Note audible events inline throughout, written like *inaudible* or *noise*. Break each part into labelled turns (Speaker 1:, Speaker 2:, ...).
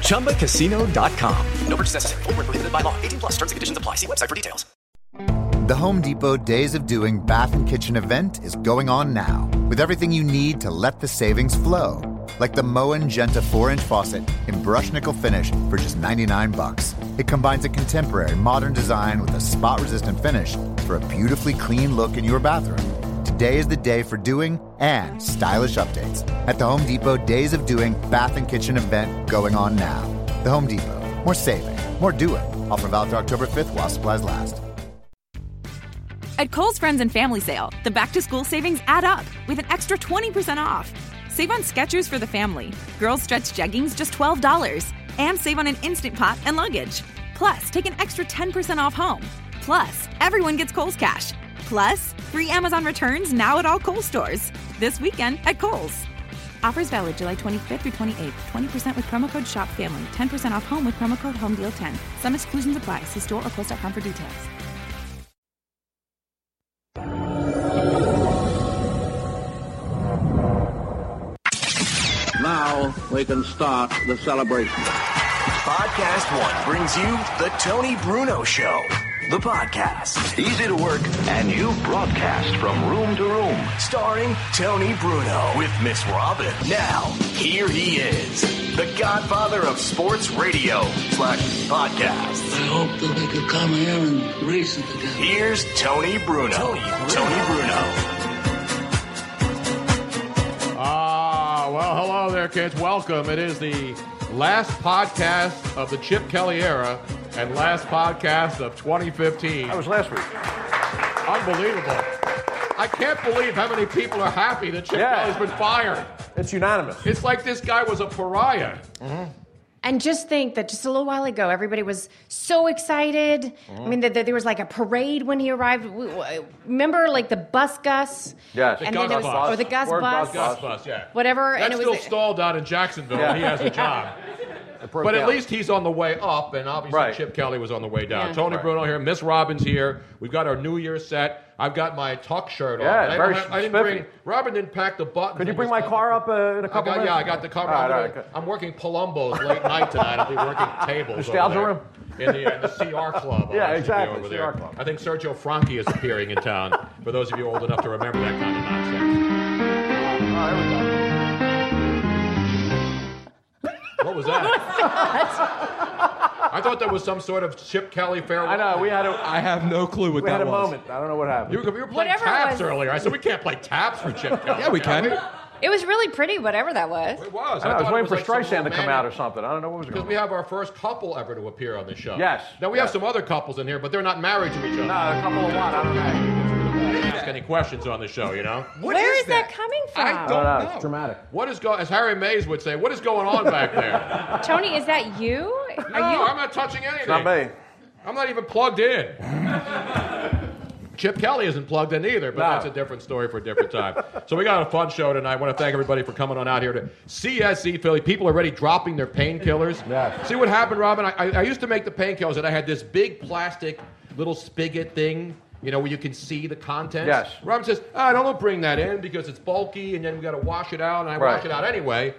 Speaker 1: *laughs*
Speaker 2: ChumbaCasino.com.
Speaker 3: No purchase necessary. Void were prohibited by law. 18 plus. Terms and conditions apply. See website for details.
Speaker 4: The Home Depot Days of Doing Bath and Kitchen event is going on now with everything you need to let the savings flow. Like the Moen Genta 4 inch faucet in brush nickel finish for just 99 bucks. It combines a contemporary modern design with a spot resistant finish for a beautifully clean look in your bathroom. Today is the day for doing and stylish updates at the Home Depot Days of Doing Bath and Kitchen event going on now. The Home Depot. More saving, more doing. Offer valid through October 5th while supplies last.
Speaker 5: At Kohl's Friends and Family Sale, the back to school savings add up with an extra 20% off. Save on Skechers for the family, girls stretch jeggings just $12, and save on an instant pot and luggage. Plus, take an extra 10% off home. Plus, everyone gets Kohl's Cash. Plus, free Amazon returns now at all Kohl's stores. This weekend at Kohl's. Offers valid July 25th through 28th. 20% with promo code SHOPFAMILY. 10% off home with promo code HOMEDEAL10. Some exclusions apply. See store or kohls.com for details.
Speaker 6: Now we can start the celebration.
Speaker 7: Podcast One brings you The Tony Bruno Show. The podcast. Easy to work, and you broadcast from room to room. Starring Tony Bruno with Miss Robin. Now, here he is, the godfather of sports radio slash podcasts.
Speaker 8: I hope that they could come here and race it together.
Speaker 7: Here's Tony Bruno. Tony Bruno. Tony Bruno.
Speaker 9: Ah, well, hello there, kids. Welcome. It is the last podcast of the Chip Kelly era and last podcast of 2015. That was last week. Unbelievable. I can't believe how many people are happy that Chip
Speaker 10: Yeah.
Speaker 9: Kelly's been fired.
Speaker 10: It's unanimous. Mm-hmm.
Speaker 9: It's like this guy was a pariah.
Speaker 11: And just think that just a little while ago, everybody was so excited. I mean, th- th- there was like a parade when he arrived. W- w- Remember, like the bus Gus?
Speaker 10: Yes. The
Speaker 11: and
Speaker 9: Gus
Speaker 11: then there was,
Speaker 9: bus.
Speaker 11: Or the Gus
Speaker 10: Or
Speaker 11: bus.
Speaker 10: Gus
Speaker 9: Gus bus, yeah.
Speaker 11: Whatever,
Speaker 9: That's
Speaker 11: and it
Speaker 9: still
Speaker 11: was-
Speaker 9: stalled out in Jacksonville,
Speaker 10: Yeah.
Speaker 9: and he has a
Speaker 10: *laughs*
Speaker 9: job. But at least he's on the way up, and obviously
Speaker 10: Right.
Speaker 9: Chip Kelly was on the way down.
Speaker 11: Yeah.
Speaker 9: Tony Bruno here, Miss Robbins here. We've got our New Year set. I've got my tuck shirt on.
Speaker 10: Yeah,
Speaker 9: I,
Speaker 10: very
Speaker 9: don't have- I didn't bring.
Speaker 10: spiffy.
Speaker 9: Robin didn't pack the buttons.
Speaker 10: Could you
Speaker 9: I
Speaker 10: bring
Speaker 9: just
Speaker 10: my
Speaker 9: got
Speaker 10: car
Speaker 9: the-
Speaker 10: up uh, in a
Speaker 9: I
Speaker 10: couple
Speaker 9: got,
Speaker 10: minutes?
Speaker 9: yeah, I got the car.
Speaker 10: All right,
Speaker 9: I'm,
Speaker 10: all
Speaker 9: working-
Speaker 10: right, good.
Speaker 9: I'm working Palumbo's late night tonight. I'll be
Speaker 10: *laughs*
Speaker 9: working tables.
Speaker 10: Nostalgia
Speaker 9: over
Speaker 10: room?
Speaker 9: there In the, in the CR Club. I'll
Speaker 10: Yeah,
Speaker 9: actually be
Speaker 10: exactly,
Speaker 9: over
Speaker 10: CR
Speaker 9: there.
Speaker 10: Club.
Speaker 9: I think Sergio Franchi is appearing in town, for those of you old enough to remember that kind of nonsense. What was
Speaker 10: *laughs*
Speaker 9: that? I thought that was some sort of Chip Kelly farewell.
Speaker 10: I know. We had a,
Speaker 12: I have no clue what
Speaker 10: we
Speaker 12: that
Speaker 10: had a
Speaker 12: was.
Speaker 10: moment. I don't know what happened.
Speaker 9: You were, you were playing
Speaker 11: Whatever it
Speaker 9: taps
Speaker 11: was.
Speaker 9: earlier. I said we can't play taps for Chip Kelly.
Speaker 12: *laughs* Yeah, we can.
Speaker 11: It was really pretty, whatever that was.
Speaker 9: It was.
Speaker 10: I, know, I
Speaker 9: thought
Speaker 10: was
Speaker 9: it
Speaker 10: waiting for
Speaker 9: like some
Speaker 10: Streisand to come
Speaker 9: romantic-
Speaker 10: out or something. I don't know what was going
Speaker 9: Because
Speaker 10: on.
Speaker 9: we have our first couple ever to appear on the show.
Speaker 10: Yes.
Speaker 9: Now we have
Speaker 10: Yes.
Speaker 9: some other couples in here, but they're not married to each other.
Speaker 10: No, a couple of what? I don't know.
Speaker 9: Ask any questions on the show, you know?
Speaker 11: Where is that coming from?
Speaker 9: I
Speaker 10: I
Speaker 9: don't
Speaker 10: don't know.
Speaker 9: know.
Speaker 10: It's dramatic.
Speaker 9: What is going? As Harry Mays would say, what is going on back
Speaker 10: *laughs*
Speaker 9: there?
Speaker 11: Tony, is that you? Are
Speaker 9: no,
Speaker 11: you?
Speaker 9: I'm not touching anything.
Speaker 10: *laughs* Not me.
Speaker 9: I'm not even plugged in. Chip Kelly isn't plugged in either, but
Speaker 10: No.
Speaker 9: that's a different story for a different time. so we got a fun show tonight. I want to thank everybody for coming on out here to CSE E, Philly. People are already dropping their
Speaker 10: *laughs*
Speaker 9: painkillers. See what happened, Robin? I, I, I used to make the painkillers, and I had this big plastic little spigot thing. You know, where you can see the contents.
Speaker 10: Yes.
Speaker 9: Robin says, oh, don't bring that in because it's bulky and then we got to wash it out. And I wash
Speaker 10: Right.
Speaker 9: it out anyway.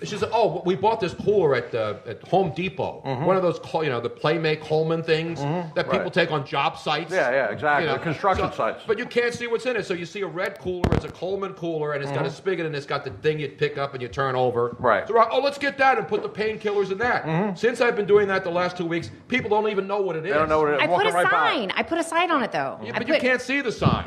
Speaker 9: She says, oh, we bought this cooler at, uh, at Home Depot. One of those, call- you know, the Playmate Coleman things that people
Speaker 10: Mm-hmm. Right.
Speaker 9: take on job sites.
Speaker 10: Yeah, yeah, exactly. The construction
Speaker 9: so-
Speaker 10: sites.
Speaker 9: But you can't see what's in it. So you see a red cooler, it's a Coleman cooler, and it's got a
Speaker 10: Mhm.
Speaker 9: spigot and it's got the thing you pick up and you turn over.
Speaker 10: Right. Mm-hmm.
Speaker 9: So, oh, let's get that and put the painkillers in that. Since I've been doing that the last two weeks, people don't even know what it is.
Speaker 10: They don't know what it is.
Speaker 11: I put a
Speaker 9: right by.
Speaker 11: sign. I put a sign on it though.
Speaker 9: Yeah,
Speaker 11: I
Speaker 9: but
Speaker 11: put-
Speaker 9: you can't see the sign.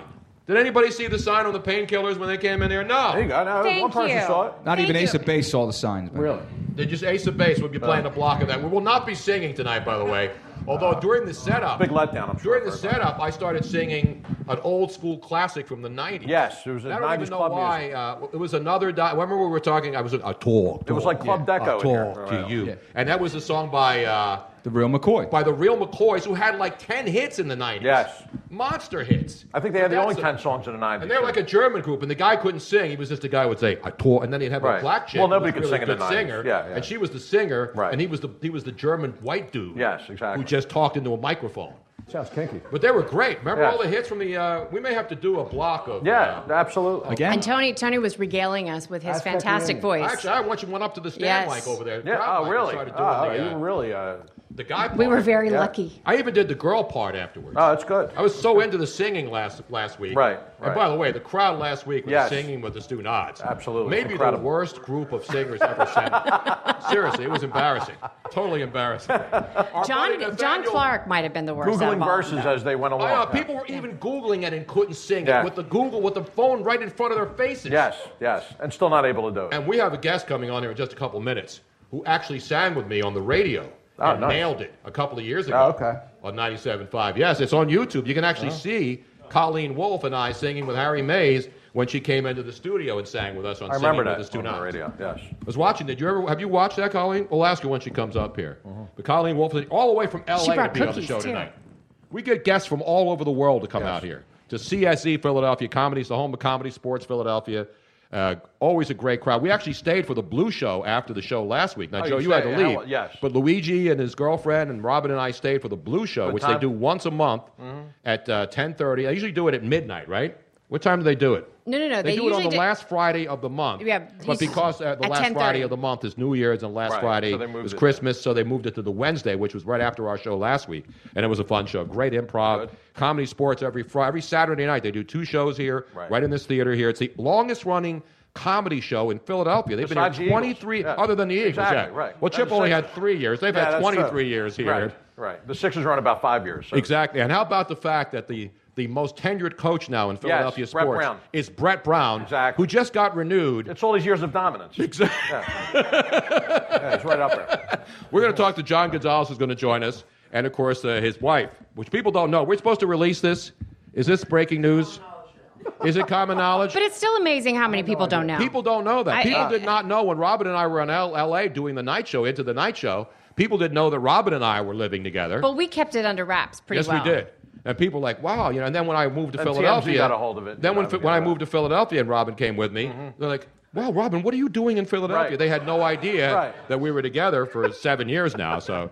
Speaker 9: Did anybody see the sign on the painkillers when they came in there? No.
Speaker 10: There you go. No,
Speaker 11: Thank one person you. saw it.
Speaker 12: Not even Ace of Base saw the signs. man.
Speaker 9: Really? They just Ace of Base would be playing a
Speaker 10: Uh.
Speaker 9: block of that. We will not be singing tonight, by the way. Although during the setup, big letdown. I'm during the setup, I started singing an old school classic from the '90s.
Speaker 10: Yes, it was
Speaker 9: I
Speaker 10: a
Speaker 9: don't
Speaker 10: 90s
Speaker 9: even know
Speaker 10: club
Speaker 9: why.
Speaker 10: music.
Speaker 9: Uh, it was another. Di- remember we were talking. I was a talk.
Speaker 10: It was like Club
Speaker 12: Uh,
Speaker 10: Deco in here
Speaker 9: Talk
Speaker 10: for a
Speaker 9: to
Speaker 10: while.
Speaker 9: you,
Speaker 10: Yeah.
Speaker 9: and that was a song by uh,
Speaker 12: The real McCoy.
Speaker 9: by the Real McCoys, who had like ten hits in the '90s.
Speaker 10: Yes.
Speaker 9: monster hits.
Speaker 10: I think they had the
Speaker 9: That's
Speaker 10: only
Speaker 9: a-
Speaker 10: 10 songs in the 90s.
Speaker 9: And they're like a German group, and the guy couldn't sing. He was just a guy who would say, "I taught," and then he'd have a
Speaker 10: Right.
Speaker 9: black chick.
Speaker 10: Well,
Speaker 9: who was
Speaker 10: nobody could
Speaker 9: really
Speaker 10: sing in the
Speaker 9: good
Speaker 10: 90s.
Speaker 9: singer,
Speaker 10: Yeah, yeah.
Speaker 9: and she was the singer, and he was the he was the German white dude. Yes, exactly. Who just talked into a microphone.
Speaker 10: Sounds kinky.
Speaker 9: But they were great. Remember
Speaker 10: Yes.
Speaker 9: all the hits from the? Uh, we may have to do a block of. uh,
Speaker 10: Yeah, absolutely.
Speaker 11: And Tony, Tony was regaling us with his
Speaker 10: That's
Speaker 11: fantastic
Speaker 10: fucking
Speaker 11: voice.
Speaker 10: amazing.
Speaker 9: Actually, I want you one up to the stand
Speaker 11: Yes.
Speaker 9: mic over there.
Speaker 10: Yeah,
Speaker 9: Crowd
Speaker 10: oh,
Speaker 9: mic and
Speaker 10: really?
Speaker 9: try to do
Speaker 10: Oh,
Speaker 9: the,
Speaker 10: you
Speaker 9: uh,
Speaker 10: were really. Uh,
Speaker 9: the guy.
Speaker 11: We were
Speaker 9: part.
Speaker 11: very Yeah. lucky.
Speaker 9: I even did the girl part afterwards.
Speaker 10: oh, that's good.
Speaker 9: I was so into the singing last last week.
Speaker 10: Right,
Speaker 9: And
Speaker 10: right.
Speaker 9: by the way, the crowd last week was
Speaker 10: Yes.
Speaker 9: singing with the student odds.
Speaker 10: Absolutely.
Speaker 9: Maybe the
Speaker 10: Incredible.
Speaker 9: worst group of singers ever sent. Seriously, it was embarrassing.
Speaker 11: *laughs*
Speaker 9: Totally embarrassing.
Speaker 11: John, John Clark might have been the worst. out of
Speaker 10: Googling
Speaker 11: all of
Speaker 10: verses
Speaker 11: them.
Speaker 10: as they went along.
Speaker 9: I know, people were even Googling it and couldn't sing
Speaker 10: Yeah.
Speaker 9: it with the Google, with the phone right in front of their faces.
Speaker 10: Yes, yes. And still not able to do it.
Speaker 9: And we have a guest coming on here in just a couple minutes who actually sang with me on the radio
Speaker 10: Oh,
Speaker 9: and
Speaker 10: nice. Oh,
Speaker 9: nailed it a couple of years ago. okay. On 97.5. Yes, it's on YouTube. You can actually see Colleen Wolfe and I singing with Harry Mays when she came into the studio and sang with us on
Speaker 10: I remember
Speaker 9: Singing with
Speaker 10: that
Speaker 9: the Stu
Speaker 10: on the
Speaker 9: Knots.
Speaker 10: radio. Yes.
Speaker 9: I was watching. Did you ever have you watched that, Colleen? We'll ask her when she comes up here.
Speaker 10: Mm-hmm.
Speaker 9: But Colleen Wolfe, all the way from
Speaker 10: She
Speaker 9: L.A. to
Speaker 10: brought
Speaker 9: be on the
Speaker 10: cookies,
Speaker 9: show
Speaker 10: too.
Speaker 9: tonight. We get guests from all over the world to come out here to CSE Philadelphia Comedies, the home of comedy sports Philadelphia. Uh, always a great crowd. We actually stayed for the Blue Show after the show last week. Now,
Speaker 10: Oh,
Speaker 9: Joe,
Speaker 10: you
Speaker 9: you had to
Speaker 10: stayed.
Speaker 9: leave.
Speaker 10: How- yes.
Speaker 9: But Luigi and his girlfriend and Robin and I stayed for the Blue Show,
Speaker 10: What
Speaker 9: which they
Speaker 10: time?
Speaker 9: do once a month
Speaker 10: Mhm.
Speaker 9: at uh, 10.30. I usually do it at midnight, right? What time do they do it?
Speaker 11: No, no, no.
Speaker 9: They,
Speaker 11: They,
Speaker 9: do it
Speaker 11: usually
Speaker 9: on the
Speaker 11: did-
Speaker 9: last Friday of the month.
Speaker 11: Yeah,
Speaker 9: But
Speaker 11: usually-
Speaker 9: because uh, the
Speaker 11: at
Speaker 9: last
Speaker 11: 10:30.
Speaker 9: Friday of the month is New Year's and last
Speaker 10: Right,
Speaker 9: Friday
Speaker 10: so they moved
Speaker 9: was
Speaker 10: it.
Speaker 9: Christmas, so they moved it to the Wednesday, which was right after our show last week. And it was a fun show. Great improv. Comedy sports every Friday, every Saturday night. They do two shows here, right,
Speaker 10: Right.
Speaker 9: in this theater here. It's the longest running comedy show in Philadelphia. They've
Speaker 10: Besides
Speaker 9: been
Speaker 10: the
Speaker 9: here
Speaker 10: Eagles.
Speaker 9: 23,
Speaker 10: Yeah.
Speaker 9: other than the Eagles.
Speaker 10: Exactly,
Speaker 9: yeah.
Speaker 10: right.
Speaker 9: Well,
Speaker 10: And
Speaker 9: Chip
Speaker 10: the
Speaker 9: only
Speaker 10: Sixers.
Speaker 9: had three years. They've
Speaker 10: Yeah,
Speaker 9: had
Speaker 10: that's true.
Speaker 9: 23 years here.
Speaker 10: Right, right. The Sixers are on about five years. so-
Speaker 9: Exactly. And how about the fact that the the most tenured coach now in Philadelphia
Speaker 10: Brett
Speaker 9: sports
Speaker 10: Brown.
Speaker 9: is Brett Brown, who just got renewed.
Speaker 10: It's all these years of
Speaker 9: *laughs*
Speaker 10: dominance.
Speaker 9: Exactly.
Speaker 10: Yeah, it's right up there.
Speaker 9: *laughs* We're going to talk to John Gonzalez, who's going to join us, and of course uh, his wife, which people don't know. We're supposed to release this. Is this breaking news? Is it common knowledge?
Speaker 11: But it's still amazing how many people don't know.
Speaker 9: People don't know that.
Speaker 11: I-
Speaker 9: people
Speaker 11: I-
Speaker 9: did not know when Robin and I were in L- L.A. doing the night show, into the night show. People didn't know that Robin and I were living together.
Speaker 11: But we kept it under wraps pretty
Speaker 9: yes,
Speaker 11: well.
Speaker 9: we did. And people were like, wow, you know. And then when I moved to
Speaker 10: And TMZ
Speaker 9: Philadelphia,
Speaker 10: got a hold of it,
Speaker 9: Then
Speaker 10: you
Speaker 9: when,
Speaker 10: know,
Speaker 9: when I moved to Philadelphia and Robin came with me, they're like, wow, Robin, what are you doing in Philadelphia?
Speaker 10: Right.
Speaker 9: They had no idea
Speaker 10: Right.
Speaker 9: that we were together for seven years now. So,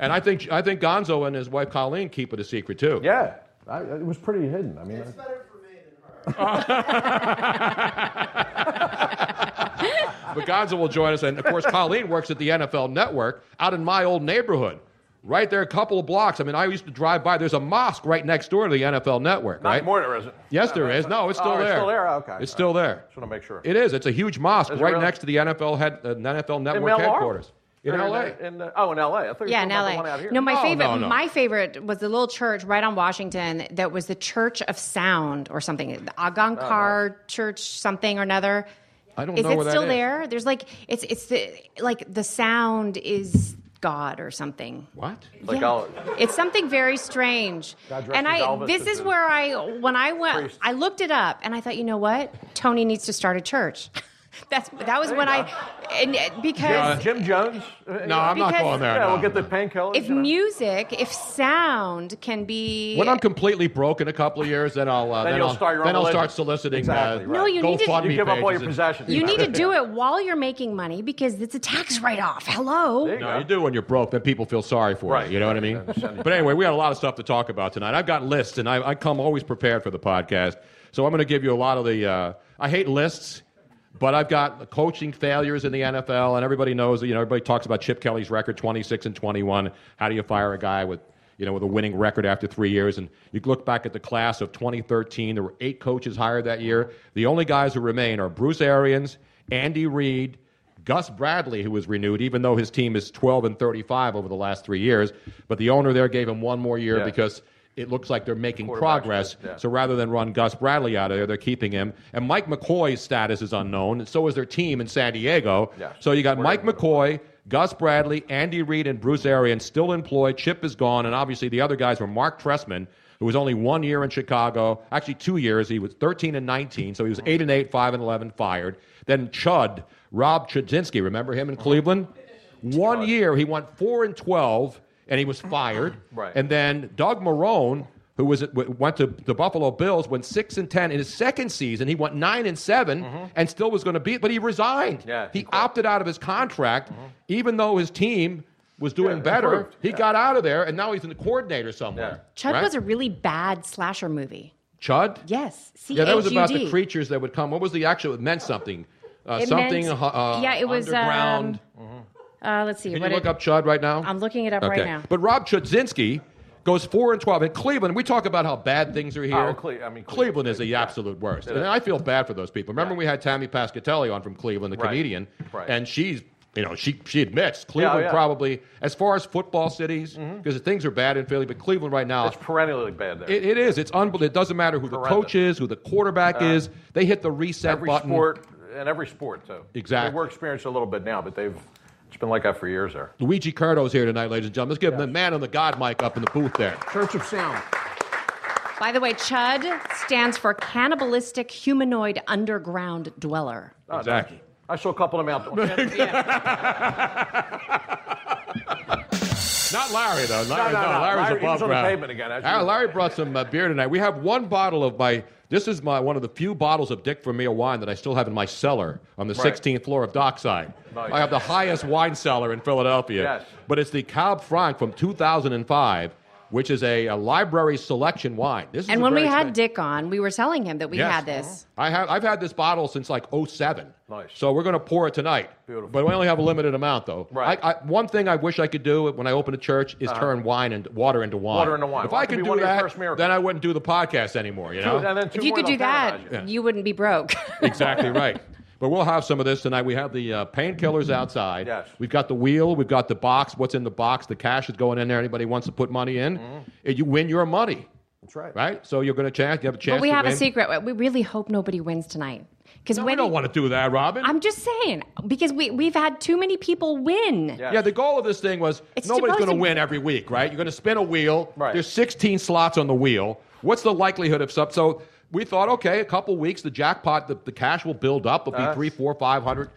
Speaker 9: and I think I think Gonzo and his wife Colleen keep it a secret too.
Speaker 10: Yeah. I, it was pretty hidden. I mean, it's better
Speaker 9: *laughs* But Gonzo will join us, and of
Speaker 10: *laughs*
Speaker 9: course, Colleen works at the NFL Network out in my old neighborhood. Right there, a couple of blocks. I mean, I used to drive by. There's a mosque right next door to the NFL Network,
Speaker 10: not
Speaker 9: right?
Speaker 10: more there isn't.
Speaker 9: Yes, there is. No, it's still
Speaker 10: Oh,
Speaker 9: there.
Speaker 10: It's still there. Okay.
Speaker 9: It's still there.
Speaker 10: Just want to make sure.
Speaker 9: It is. It's a huge mosque
Speaker 10: Is it
Speaker 9: right
Speaker 10: really?
Speaker 9: next to the NFL head, uh, NFL Network
Speaker 10: LR?
Speaker 9: headquarters in
Speaker 10: Or
Speaker 9: LA.
Speaker 10: In, uh, oh, in LA. I thought you
Speaker 11: Yeah,
Speaker 10: were
Speaker 11: in
Speaker 10: talking about the
Speaker 11: LA.
Speaker 10: one out here. Oh,
Speaker 11: No, my
Speaker 9: No,
Speaker 11: favorite,
Speaker 9: no, no.
Speaker 11: my favorite was the little church right on Washington that was the Church of Sound or something, the
Speaker 10: Oh,
Speaker 11: Agankar Church, something or another.
Speaker 9: I don't
Speaker 11: is
Speaker 9: know
Speaker 11: it
Speaker 9: where that
Speaker 11: still
Speaker 9: is.
Speaker 11: there? There's like it's it's the like the sound is God or something.
Speaker 9: What?
Speaker 10: Like
Speaker 11: Yeah.
Speaker 10: all-
Speaker 11: It's something very strange.
Speaker 10: God dressed
Speaker 11: And
Speaker 10: as
Speaker 11: I
Speaker 10: Elvis
Speaker 11: this
Speaker 10: as
Speaker 11: is
Speaker 10: a
Speaker 11: where I when I went
Speaker 10: priest.
Speaker 11: I looked it up and I thought, you know what? Tony needs to start a church. *laughs*
Speaker 1: That's that was
Speaker 10: There
Speaker 1: when
Speaker 10: you
Speaker 1: I, and uh, because
Speaker 10: Jim Jones. No,
Speaker 9: No, I'm not
Speaker 1: Because-
Speaker 9: going there.
Speaker 10: Yeah,
Speaker 9: no.
Speaker 10: we'll get the painkillers.
Speaker 1: if music, if sound can be
Speaker 9: When I'm completely broke in a couple of years, then I'll uh,
Speaker 10: Then
Speaker 9: then,
Speaker 10: you'll
Speaker 9: I'll,
Speaker 10: start your own
Speaker 9: then I'll
Speaker 10: religion.
Speaker 9: start soliciting.
Speaker 10: Exactly,
Speaker 9: uh,
Speaker 10: right. No,
Speaker 1: you need to-
Speaker 9: GoFundMe
Speaker 10: You give up all your
Speaker 9: pages and-
Speaker 10: possessions.
Speaker 1: you need to do it while you're making money because it's a tax write-off. Hello.
Speaker 9: No, you do when you're broke. Then people feel sorry for you. You know what I mean?
Speaker 10: *laughs*
Speaker 9: but anyway, we had a lot of stuff to talk about tonight. I've got lists, and I, I come always prepared for the podcast. So I'm going to give you a lot of the. Uh, I hate lists, but I've got coaching failures in the NFL, and everybody knows. You know, everybody talks about Chip Kelly's record, 26 and 21. How do you fire a guy with? You know, with a winning record after three years, and you look back at the class of 2013. There were eight coaches hired that year. The only guys who remain are Bruce Arians, Andy Reid, Gus Bradley, who was renewed, even though his team is 12 and 35 over the last three years, but the owner there gave him one more year
Speaker 10: Yeah.
Speaker 9: because it looks like they're making
Speaker 10: Quarterbacks,
Speaker 9: progress.
Speaker 10: yeah.
Speaker 9: So rather than run Gus Bradley out of there, they're keeping him. And Mike McCoy's status is unknown, and so is their team in San Diego.
Speaker 10: Yes.
Speaker 9: So you got Mike McCoy, Gus Bradley, Andy Reid, and Bruce Arians still employed. Chip is gone, and obviously the other guys were Mark Tressman, who was only one year in Chicago, actually two years. He was 13 and 19, so he was 8 and 8, 5 and 11, fired. Then Chud, Rob Chudzinski, remember him in
Speaker 10: Uh-huh.
Speaker 9: Cleveland? One year he went 4 and 12, and he
Speaker 10: *clears throat*
Speaker 9: was fired.
Speaker 10: Right.
Speaker 9: And then Doug Marone, who was at- w- went to the Buffalo Bills, went six and ten in his second season. He went nine and 7 and still was going to be, but he resigned.
Speaker 10: Mm-hmm. Yeah, Mm-hmm.
Speaker 9: he opted out of his contract, even though his team was doing
Speaker 10: Yeah,
Speaker 9: better.
Speaker 10: improved.
Speaker 9: He
Speaker 10: Yeah.
Speaker 9: got out of there, and now he's in the coordinator somewhere.
Speaker 1: Chud
Speaker 9: right?
Speaker 1: was a really bad slasher movie.
Speaker 9: Chud.
Speaker 1: Yes. C-H-U-D.
Speaker 9: Yeah, that was about the creatures that would come. What was the actual? It meant something. Uh,
Speaker 1: It
Speaker 9: something.
Speaker 1: meant-
Speaker 9: uh, uh,
Speaker 1: yeah, it was,
Speaker 9: underground.
Speaker 1: Uh, let's see.
Speaker 9: Can
Speaker 1: what
Speaker 9: you
Speaker 1: it-
Speaker 9: look up Chud right now?
Speaker 1: I'm looking it up right now.
Speaker 9: But Rob Chudzinski goes four and twelve in Cleveland. We talk about how bad things are here.
Speaker 10: Oh, Cle- I mean, Cleveland.
Speaker 9: Cleveland is the absolute worst,
Speaker 10: It
Speaker 9: and
Speaker 10: is.
Speaker 9: I feel bad for those people. Remember, we had Tammy Pascatelli on from Cleveland, the
Speaker 10: Right.
Speaker 9: comedian,
Speaker 10: Right.
Speaker 9: and she's. You know, she she admits Cleveland
Speaker 10: yeah. Mm-hmm.
Speaker 9: probably, as far as football cities, because things are bad in Philly, but Cleveland right now,
Speaker 10: It's perennially bad there.
Speaker 9: it, it is. It's unbelievable. It doesn't matter who the
Speaker 10: Horrendous.
Speaker 9: coach is, who the quarterback
Speaker 10: Yeah.
Speaker 9: is. They hit the reset
Speaker 10: every
Speaker 9: button.
Speaker 10: sport and every sport too.
Speaker 9: Exactly.
Speaker 10: They We're experienced a little bit now, but they've it's been like that for years there.
Speaker 9: Luigi Curto's here tonight, ladies and gentlemen. Let's give him the man on the god mic up in the booth there.
Speaker 10: Church of Sound.
Speaker 1: By the way, Chud stands for Cannibalistic Humanoid Underground Dweller.
Speaker 10: Oh,
Speaker 9: Exactly.
Speaker 10: I saw a couple of them out.
Speaker 9: *laughs*
Speaker 10: there.
Speaker 9: Not Larry though. Larry,
Speaker 10: No,
Speaker 9: no,
Speaker 10: no, no.
Speaker 9: Larry's
Speaker 10: Larry- he
Speaker 9: above
Speaker 10: was on the
Speaker 9: ground.
Speaker 10: pavement again. That's-
Speaker 9: Larry, Larry brought some uh, beer tonight. We have one bottle of my. This is my one of the few bottles of Dick Vermeer wine that I still have in my cellar on the
Speaker 10: Right.
Speaker 9: 16th floor of Dockside.
Speaker 10: Nice.
Speaker 9: I have the highest wine cellar in Philadelphia.
Speaker 10: Yes.
Speaker 9: But it's the Cab Franc from 2005, which is a, a library selection wine. This is
Speaker 1: And
Speaker 9: a
Speaker 1: when we
Speaker 9: very
Speaker 1: had
Speaker 9: expen-
Speaker 1: Dick on, we were telling him that we
Speaker 9: Yes.
Speaker 1: had this.
Speaker 9: I have I've had this bottle since like 07.
Speaker 10: Nice.
Speaker 9: So we're going to pour it tonight.
Speaker 10: Beautiful.
Speaker 9: But we only have a limited amount though.
Speaker 10: Right.
Speaker 9: I, I, one thing I wish I could do when I open a church is
Speaker 10: Uh-huh.
Speaker 9: turn wine and water into wine.
Speaker 10: Water into wine.
Speaker 9: If
Speaker 10: Well,
Speaker 9: I
Speaker 10: it could
Speaker 9: could
Speaker 10: be
Speaker 9: do
Speaker 10: one of your
Speaker 9: that,
Speaker 10: first miracles.
Speaker 9: then I wouldn't do the podcast anymore. You
Speaker 10: Two-
Speaker 9: know.
Speaker 10: and then two
Speaker 1: If you
Speaker 10: more
Speaker 1: could
Speaker 10: they'll
Speaker 1: do that,
Speaker 10: paralyze you.
Speaker 9: Yeah.
Speaker 1: you wouldn't be broke.
Speaker 10: *laughs*
Speaker 9: exactly right. But we'll have some of this tonight. We have the uh, painkillers outside.
Speaker 10: Mm-hmm. Yes.
Speaker 9: We've got the wheel. We've got the box. What's in the box? The cash is going in there. Anybody wants to put money in?
Speaker 10: Mm-hmm.
Speaker 9: And You win your money,
Speaker 10: That's right.
Speaker 9: right? So you're going to chance. You have a chance.
Speaker 1: but we
Speaker 9: to
Speaker 1: have a
Speaker 9: win.
Speaker 1: secret. We really hope nobody wins tonight. Because
Speaker 9: No,
Speaker 1: when
Speaker 9: we don't want to do that, Robin.
Speaker 1: I'm just saying, because we, we've had too many people win.
Speaker 9: Yeah, the goal of this thing was
Speaker 1: It's
Speaker 9: nobody's
Speaker 1: supposed
Speaker 9: going to
Speaker 1: to-
Speaker 9: win every week, right? You're going to spin a wheel.
Speaker 10: Right.
Speaker 9: There's 16 slots on the wheel. What's the likelihood of some? So we thought, okay, a couple weeks, the jackpot, the, the cash will build up. It'll be
Speaker 10: Uh-huh.
Speaker 9: three, four, five hundred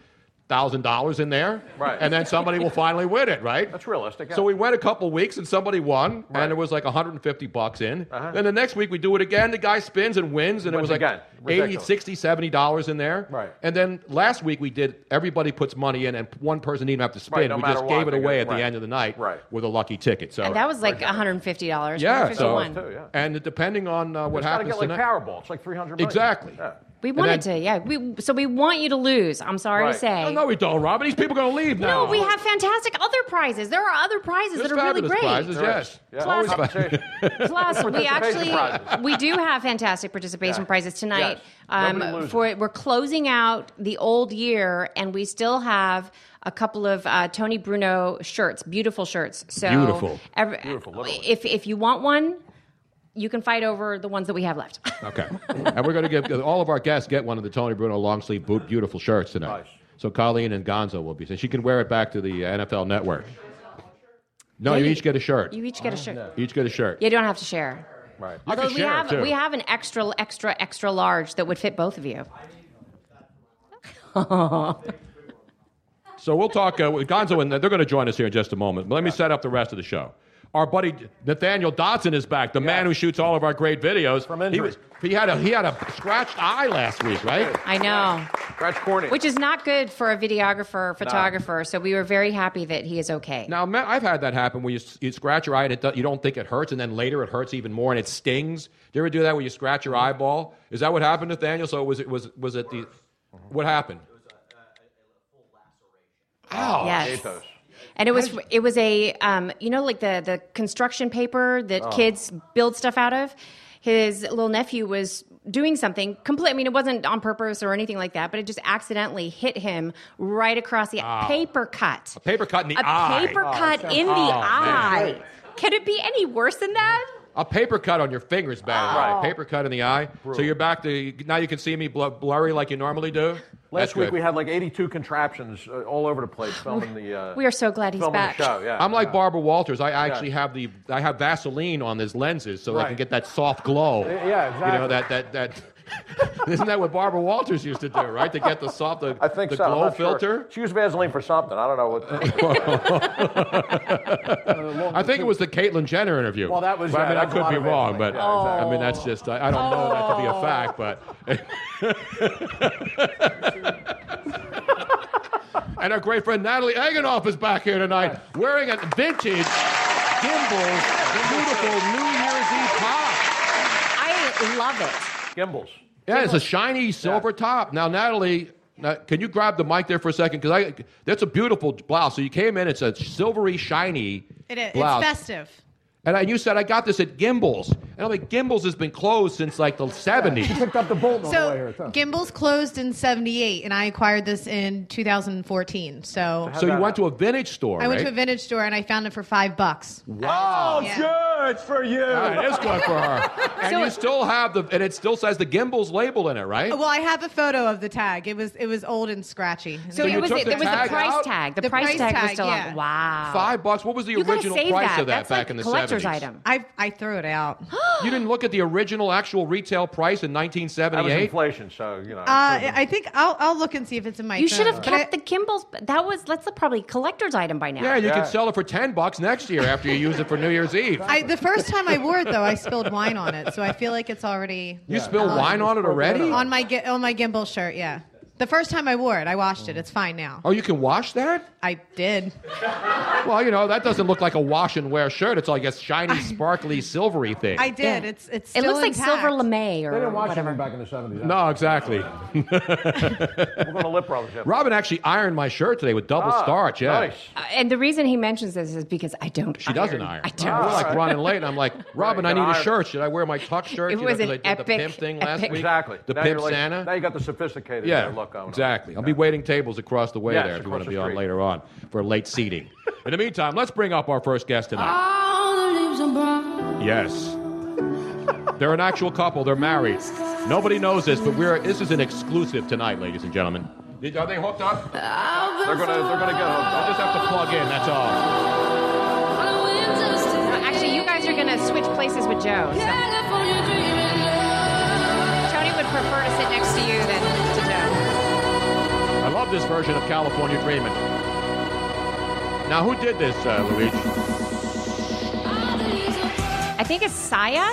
Speaker 9: thousand dollars in there,
Speaker 10: Right.
Speaker 9: And then somebody will finally win it, right?
Speaker 10: That's realistic, yeah.
Speaker 9: So we went a couple weeks, and somebody won, and it was like 150 bucks in.
Speaker 10: Uh-huh.
Speaker 9: Then the next week we do it again. The guy spins and wins, and it
Speaker 10: Wins
Speaker 9: was like
Speaker 10: again.
Speaker 9: 80,
Speaker 10: Ridiculous.
Speaker 9: 60, 70 dollars in there.
Speaker 10: Right.
Speaker 9: And then last week we did everybody puts money in, and one person didn't have to spin.
Speaker 10: Right, no
Speaker 9: we
Speaker 10: matter
Speaker 9: just
Speaker 10: what,
Speaker 9: gave it
Speaker 10: they
Speaker 9: away
Speaker 10: get-
Speaker 9: at
Speaker 10: right.
Speaker 9: the end of the night
Speaker 10: Right.
Speaker 9: with a lucky ticket. So
Speaker 1: And that was like $150.
Speaker 9: yeah, so
Speaker 1: 151.
Speaker 10: yeah.
Speaker 9: and depending on uh, what
Speaker 10: it's got to
Speaker 9: happens
Speaker 10: get like
Speaker 9: tonight,
Speaker 10: Powerball. It's like 300 million.
Speaker 9: exactly.
Speaker 10: Yeah.
Speaker 1: We
Speaker 9: And
Speaker 1: wanted
Speaker 9: then-
Speaker 1: to, yeah. We, so we want you to lose. I'm sorry
Speaker 10: Right.
Speaker 1: to say.
Speaker 9: No, no, we don't, Robin. These people are going to leave now.
Speaker 1: No, we have fantastic other prizes. There are other prizes
Speaker 9: There's
Speaker 1: that are really
Speaker 9: fabulous
Speaker 1: great.
Speaker 9: prizes,
Speaker 10: There
Speaker 9: yes.
Speaker 10: is. Yeah.
Speaker 1: Plus-
Speaker 10: Always compensation.
Speaker 1: Plus, we actually
Speaker 10: prizes.
Speaker 1: we do have fantastic participation
Speaker 10: Yeah.
Speaker 1: prizes tonight. Um,
Speaker 10: Yes. Nobody loses.
Speaker 1: for we're closing out the old year, and we still have a couple of uh, Tony Bruno shirts, beautiful shirts. So
Speaker 9: Beautiful.
Speaker 1: every-
Speaker 10: Beautiful, literally.
Speaker 1: If if you want one, you can fight over the ones that we have left.
Speaker 9: Okay. and we're going to give all of our guests get one of the Tony Bruno long sleeve boot beautiful shirts tonight.
Speaker 10: Nice.
Speaker 9: So Colleen and Gonzo will be. And she can wear it back to the uh, NFL Network. No,
Speaker 1: Yeah,
Speaker 9: you
Speaker 1: you-
Speaker 9: each get a shirt.
Speaker 1: you each get a shirt.
Speaker 9: each get a shirt.
Speaker 1: You don't have to share.
Speaker 10: Right.
Speaker 9: You
Speaker 1: Although
Speaker 9: can
Speaker 1: we
Speaker 9: share it,
Speaker 1: have
Speaker 9: too.
Speaker 1: we have an extra extra extra large that would fit both of you.
Speaker 9: So we'll talk uh, with Gonzo, and they're going to join us here in just a moment. But let me set up the rest of the show. Our buddy Nathaniel Dodson is back, the man who shoots all of our great videos. From he, was- he had a he had a scratched eye last week, right?
Speaker 1: I know.
Speaker 9: Scratch corny.
Speaker 1: Which is not good for a videographer or photographer. So we were very happy that he is okay.
Speaker 9: Now, Matt, I've had that happen where you, s- you scratch your eye and it do, you don't think it hurts, and then later it hurts even more and it stings. Do you ever do that where you scratch your eyeball? Is that what happened, Nathaniel? So was it was was it the what happened? Ow.
Speaker 1: Yes. And it was it was a um, you know like the the construction paper that
Speaker 13: Oh.
Speaker 1: kids build stuff out of. His little nephew was doing something complete. I mean, it wasn't on purpose or anything like that, but it just accidentally hit him right across the
Speaker 9: Ow.
Speaker 1: paper cut.
Speaker 9: Oh. A paper cut in the
Speaker 1: a
Speaker 9: eye.
Speaker 1: paper cut in the
Speaker 9: Oh, man.
Speaker 1: eye. Can it be any worse than that?
Speaker 9: A paper cut on your fingers, bad.
Speaker 1: Right.
Speaker 9: Right. Paper cut in the eye. So you're back to now. You can see me bl- blurry like you normally do.
Speaker 14: Last week we had like 82 contraptions uh, all over the place filming the. Uh,
Speaker 1: We are so glad he's
Speaker 14: filming
Speaker 1: back.
Speaker 14: The show. Yeah,
Speaker 9: I'm like
Speaker 14: yeah.
Speaker 9: Barbara Walters. I
Speaker 14: Yeah.
Speaker 9: actually have the I have Vaseline on these lenses so I can
Speaker 14: Right.
Speaker 9: get that soft glow.
Speaker 14: Y- yeah,
Speaker 9: You know that that that. Isn't that *laughs* what Barbara Walters used to do, right? To get the soft the,
Speaker 14: I think
Speaker 9: the
Speaker 14: so. I'm
Speaker 9: glow
Speaker 14: not sure.
Speaker 9: filter.
Speaker 14: She used Vaseline for something. I don't know
Speaker 9: *laughs*
Speaker 14: what.
Speaker 9: I think it was the Caitlyn Jenner interview.
Speaker 14: Well, that was-
Speaker 9: But, I
Speaker 14: yeah,
Speaker 9: mean, I
Speaker 14: that's a
Speaker 9: could
Speaker 14: lot
Speaker 9: be
Speaker 14: of
Speaker 9: wrong,
Speaker 14: Vaseline.
Speaker 9: but
Speaker 14: Yeah, exactly.
Speaker 9: I mean, that's just I, I don't know that to be a fact, but. *laughs* and our great friend Natalie Eganoff is back here tonight, wearing a vintage Gimbals beautiful New Year's Eve top.
Speaker 1: I love it.
Speaker 14: Gimbals.
Speaker 9: Yeah, it's a shiny silver top. Now, Natalie. Now, can you grab the mic there for a second? Because I that's a beautiful blouse. So you came in, it's a silvery, shiny
Speaker 15: It is.
Speaker 9: blouse.
Speaker 15: It's festive.
Speaker 9: And, I, you said I got this at Gimbals, and I'm like, Gimbals has been closed since like *laughs* the '70s. picked up the bolt
Speaker 15: So Gimbals closed in 78 and I acquired this in 2014. So
Speaker 9: So you went to a vintage store,
Speaker 15: I went to a
Speaker 9: right?
Speaker 15: vintage store and I found it for 5 bucks.
Speaker 9: Wow,
Speaker 15: good
Speaker 9: Oh, for you. it is good for
Speaker 15: *laughs*
Speaker 9: her. And
Speaker 15: So- Oh,
Speaker 9: you still have the, and it still says the Gimbals label in it, right?
Speaker 15: Well, I have a photo of the tag. It was it was old and scratchy.
Speaker 9: So So it you was took a- the there was a tag price out? tag.
Speaker 1: The price tag was still on.
Speaker 15: Wow.
Speaker 9: Five bucks. What was the
Speaker 15: You gotta
Speaker 9: original
Speaker 15: save
Speaker 9: price
Speaker 15: that.
Speaker 9: of that
Speaker 15: That's
Speaker 9: back
Speaker 15: like
Speaker 9: in the
Speaker 15: collector's
Speaker 9: 70s?
Speaker 15: item. I I threw it out.
Speaker 9: *gasps* You didn't look at the original actual retail price in 1978.
Speaker 14: That was inflation, so you know.
Speaker 15: Uh, I think I'll I'll look and see if it's in my.
Speaker 1: You should
Speaker 15: phone.
Speaker 1: have
Speaker 15: But
Speaker 1: kept the Kimball's. That was that's a probably collector's item by now.
Speaker 9: yeah, you could sell it for ten bucks next year after you use it for New Year's
Speaker 15: *laughs*
Speaker 9: Eve.
Speaker 15: I, I, the first time I wore it though, I spilled wine on it, so I feel like it's already.
Speaker 9: You spilled wine on it already?
Speaker 15: on my gi- on my gimbal shirt. Yeah, the first time I wore it, I washed it. It's fine now.
Speaker 9: Oh, you can wash that?
Speaker 15: I did.
Speaker 9: Well, you know, that doesn't look like a wash and wear shirt. It's like
Speaker 1: *laughs*
Speaker 9: a shiny, sparkly, silvery thing.
Speaker 15: I did.
Speaker 1: Yeah.
Speaker 15: It's it's.
Speaker 1: It
Speaker 15: still
Speaker 1: looks like
Speaker 15: intact.
Speaker 1: silver lame or
Speaker 14: They didn't watch
Speaker 1: whatever.
Speaker 14: them back in the 70s.
Speaker 9: No, *laughs* exactly.
Speaker 14: We're going to lip rub it.
Speaker 9: Robin actually ironed my shirt today with double
Speaker 14: Ah,
Speaker 9: starch. Yeah.
Speaker 14: nice.
Speaker 1: Uh, and the reason he mentions this is because I don't.
Speaker 9: She doesn't iron.
Speaker 1: I don't.
Speaker 9: We're like running late, and
Speaker 1: *laughs*
Speaker 9: I'm like, Robin,
Speaker 14: Right,
Speaker 9: I
Speaker 14: you
Speaker 9: need
Speaker 14: gotta
Speaker 9: a
Speaker 14: iron.
Speaker 9: shirt. Should I wear my tuck shirt?
Speaker 1: It
Speaker 9: you know,
Speaker 1: was
Speaker 9: 'cause
Speaker 1: an
Speaker 9: I did the
Speaker 1: epic-
Speaker 9: pimp thing last
Speaker 1: epic-
Speaker 9: week.
Speaker 14: Exactly.
Speaker 9: The
Speaker 14: now
Speaker 9: pimp
Speaker 14: you're like-
Speaker 9: Santa.
Speaker 14: Now you got the sophisticated
Speaker 9: Yeah,
Speaker 14: look going. on.
Speaker 9: exactly. I'll be waiting tables across the way
Speaker 14: Yes,
Speaker 9: there if you
Speaker 14: across
Speaker 9: want
Speaker 14: the
Speaker 9: to be on
Speaker 14: street.
Speaker 9: later on for late seating. In the meantime, let's bring up our first guest tonight.
Speaker 3: All the leaves are brown.
Speaker 9: Yes. They're an actual couple. They're married. Nobody knows this, but we're this is an exclusive tonight, ladies and gentlemen. Are they hooked up?
Speaker 14: They're gonna, they're gonna get hooked
Speaker 9: up. Just have to plug in. That's all.
Speaker 14: Ah.
Speaker 1: Actually, you guys are gonna switch places with Joe. so. Tony would prefer to sit next to you than to Joe.
Speaker 9: I love this version of California Dreamin'. Now, who did this, uh, Luigi?
Speaker 1: I think it's Saya.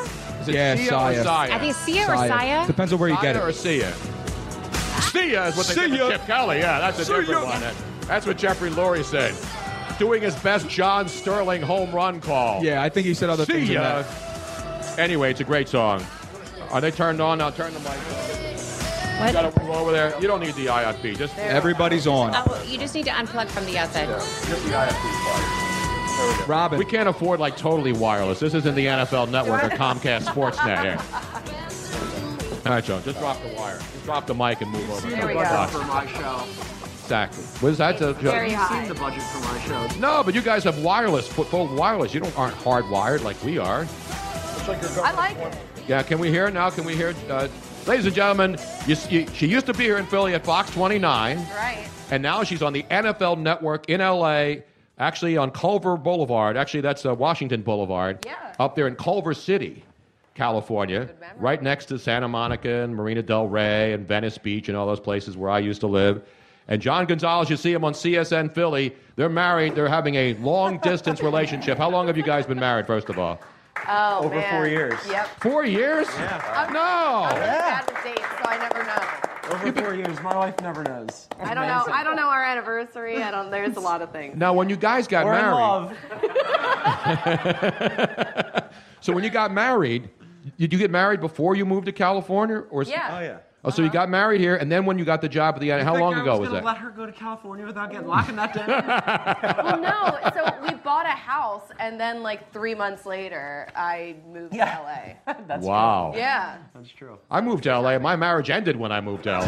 Speaker 9: Is it
Speaker 12: Yeah,
Speaker 9: Sia
Speaker 12: Sia.
Speaker 9: or Sia?
Speaker 1: I think it's Sia or Saya.
Speaker 12: Depends on where you get
Speaker 9: Sia
Speaker 12: it.
Speaker 9: or Sia? Sia is what they
Speaker 12: Sia.
Speaker 9: did with Chip Kelly. Yeah, that's a
Speaker 12: Sia.
Speaker 9: different one. That- That's what Jeffrey Lurie said. Doing his best John Sterling home run call.
Speaker 12: Yeah, I think he said other
Speaker 9: See
Speaker 12: things. in
Speaker 9: ya.
Speaker 12: that.
Speaker 9: Anyway, it's a great song. Are they turned on? Now turn the mic on. You gotta go over there. You don't need the IFB. Just
Speaker 1: There.
Speaker 12: Everybody's on.
Speaker 1: Oh, you just need to unplug from the outside.
Speaker 9: Robin. We can't afford like totally wireless. This isn't the NFL Network or Comcast Sportsnet here. All right, John. Just drop the wire. Just drop the mic and move over.
Speaker 3: Seen the budget for my show.
Speaker 9: Exactly. What is that, Joe?
Speaker 3: You've Seen the budget for my show.
Speaker 9: No, but you guys have wireless, fu- full wireless. You don't aren't hardwired like we are.
Speaker 3: I like it.
Speaker 9: Yeah, can we hear it now? Can we hear it? Uh, ladies and gentlemen, you, you, she used to be here in Philly at Fox 29.
Speaker 3: Right.
Speaker 9: And now she's on the NFL Network in LA, actually on Culver Boulevard. Actually, that's uh, Washington Boulevard. Yeah. Up there in Culver City. California, right next to Santa Monica and Marina Del Rey and Venice Beach and all those places where I used to live. And John Gonzalez, you see him on CSN Philly. They're married. They're having a long distance *laughs* relationship. How long have you guys been married, first of all?
Speaker 16: Oh,
Speaker 9: Over
Speaker 16: man.
Speaker 9: four years.
Speaker 16: Yep.
Speaker 9: Four years?
Speaker 16: I'm,
Speaker 9: no.
Speaker 16: I'm really bad with dates, so I never know.
Speaker 14: Over four years, my wife never knows.
Speaker 16: I don't know. I don't know our anniversary. I don't. There's a lot of things.
Speaker 9: Now, when you guys got
Speaker 16: We're in
Speaker 9: married.
Speaker 16: love.
Speaker 9: *laughs* so when you got married, did you get married before you moved to California, or?
Speaker 14: Yeah. Oh, yeah.
Speaker 9: Oh, so you got married here, and then when you got the job at the end, how long ago was that?
Speaker 14: Let her go to California without getting locking that
Speaker 9: *laughs*
Speaker 14: down.
Speaker 16: well, no. So we bought a house, and then like three months later, I moved to LA.
Speaker 9: *laughs* That's Wow. true.
Speaker 16: Yeah.
Speaker 14: That's true.
Speaker 9: I moved to LA. My marriage ended when I moved to LA.